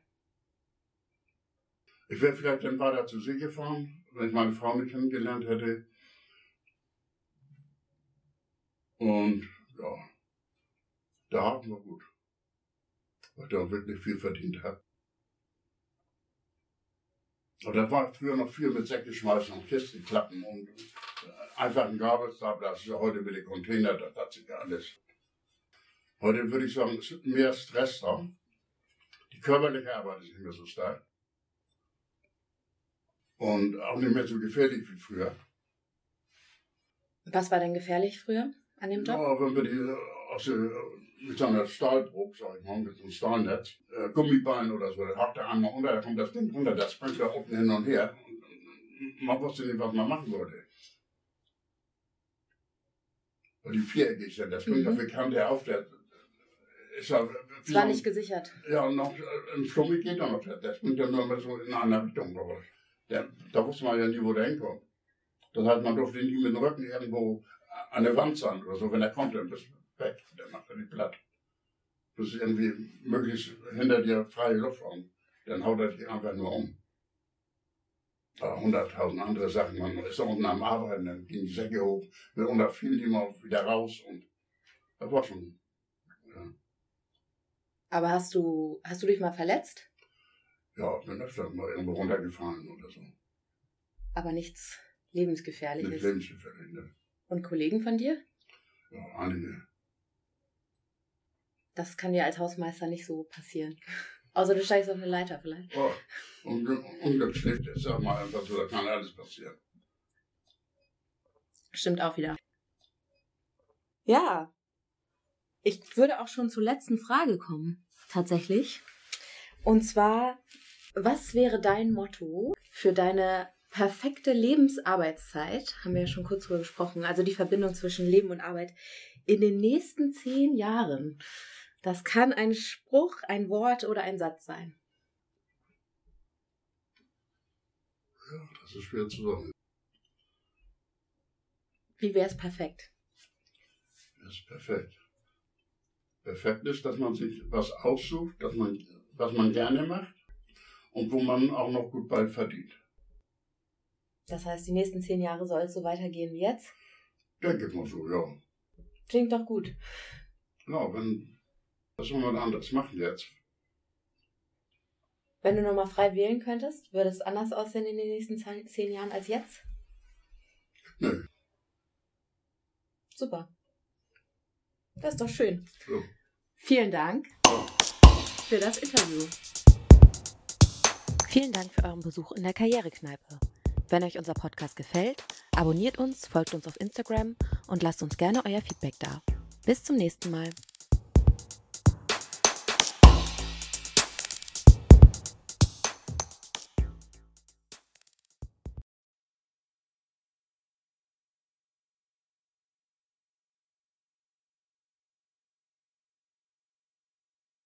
A: ich wäre vielleicht dann weiter zur See gefahren, wenn ich meine Frau nicht kennengelernt hätte. Und ja, der Hafen war gut. Weil ich da wirklich viel verdient habe. Und da war früher noch viel mit Säcke schmeißen und Kisten klappen und äh, einfach ein Gabelstab. Das ist ja heute mit den Containern, das hat sich ja alles. Heute würde ich sagen, es ist mehr Stress da. Die körperliche Arbeit ist nicht mehr so stark. Und auch nicht mehr so gefährlich wie früher.
F: Was war denn gefährlich früher an dem Job?
A: Ja, wenn wir die äh, aus der, mit so einer Stahlbruch, sag ich mal, mit so einem Stahlnetz, äh, Gummibein oder so, dann hakt er einmal unter, da kommt das Ding runter, das springt da unten hin und her. Und man wusste nicht, was man machen wollte. Und die viereckig sind, das springt
F: Mhm.
A: dafür kam der auf, der ist ja,
F: Es war nicht gesichert.
A: ja, und noch äh, im Schlummel geht er noch. Der springt ja nur mal so in eine andere Richtung. Aber der, da wusste man ja nie, wo der hinkommt. Das heißt, man durfte nie mit dem Rücken irgendwo an der Wand sein oder so. Wenn er kommt, dann bist du weg. Der macht er nicht platt. Du bist irgendwie möglichst hinter dir freie Luft haben. Dann haut er dich einfach nur um. Da hunderttausend andere Sachen. Man ist da unten am Arbeiten, dann gehen die Säcke hoch. Und da fielen die mal wieder raus. Und das war schon
F: Aber hast du, hast du dich mal verletzt?
A: Ja, ich bin öfter mal irgendwo runtergefallen oder so.
F: Aber nichts
C: Lebensgefährlich
A: Nicht
C: ist.
A: lebensgefährlich. Ne?
C: Und Kollegen von dir?
A: Ja, einige.
C: Das kann dir als Hausmeister nicht so passieren. Außer du steigst auf eine Leiter vielleicht.
A: Oh, unge ungeschickt ist ja mal einfach so, da kann alles passieren.
C: Stimmt auch wieder.
G: Ja,
C: Ich würde auch schon zur letzten Frage kommen. Tatsächlich. Und zwar, was wäre dein Motto für deine perfekte Lebensarbeitszeit? Haben wir ja schon kurz drüber gesprochen. Also die Verbindung zwischen Leben und Arbeit in den nächsten zehn Jahren. Das kann ein Spruch, ein Wort oder ein Satz sein.
A: Ja, das ist schwer zu sagen.
C: Wie wäre es perfekt?
A: Das ist perfekt. Perfekt ist, dass man sich was aussucht, dass man, was man gerne macht und wo man auch noch gut bald verdient.
C: Das heißt, die nächsten zehn Jahre soll es so weitergehen wie jetzt?
A: Denke ich mal so, ja.
C: Klingt doch gut.
A: Ja, wenn, was soll man anders machen jetzt?
C: Wenn du nochmal frei wählen könntest, würde es anders aussehen in den nächsten zehn- zehn Jahren als jetzt?
A: Nö.
C: Super. Das ist doch schön.
A: So.
C: Vielen Dank für das Interview.
H: Vielen Dank für euren Besuch in der Karrierekneipe. Wenn euch unser Podcast gefällt, abonniert uns, folgt uns auf Instagram und lasst uns gerne euer Feedback da. Bis zum nächsten Mal.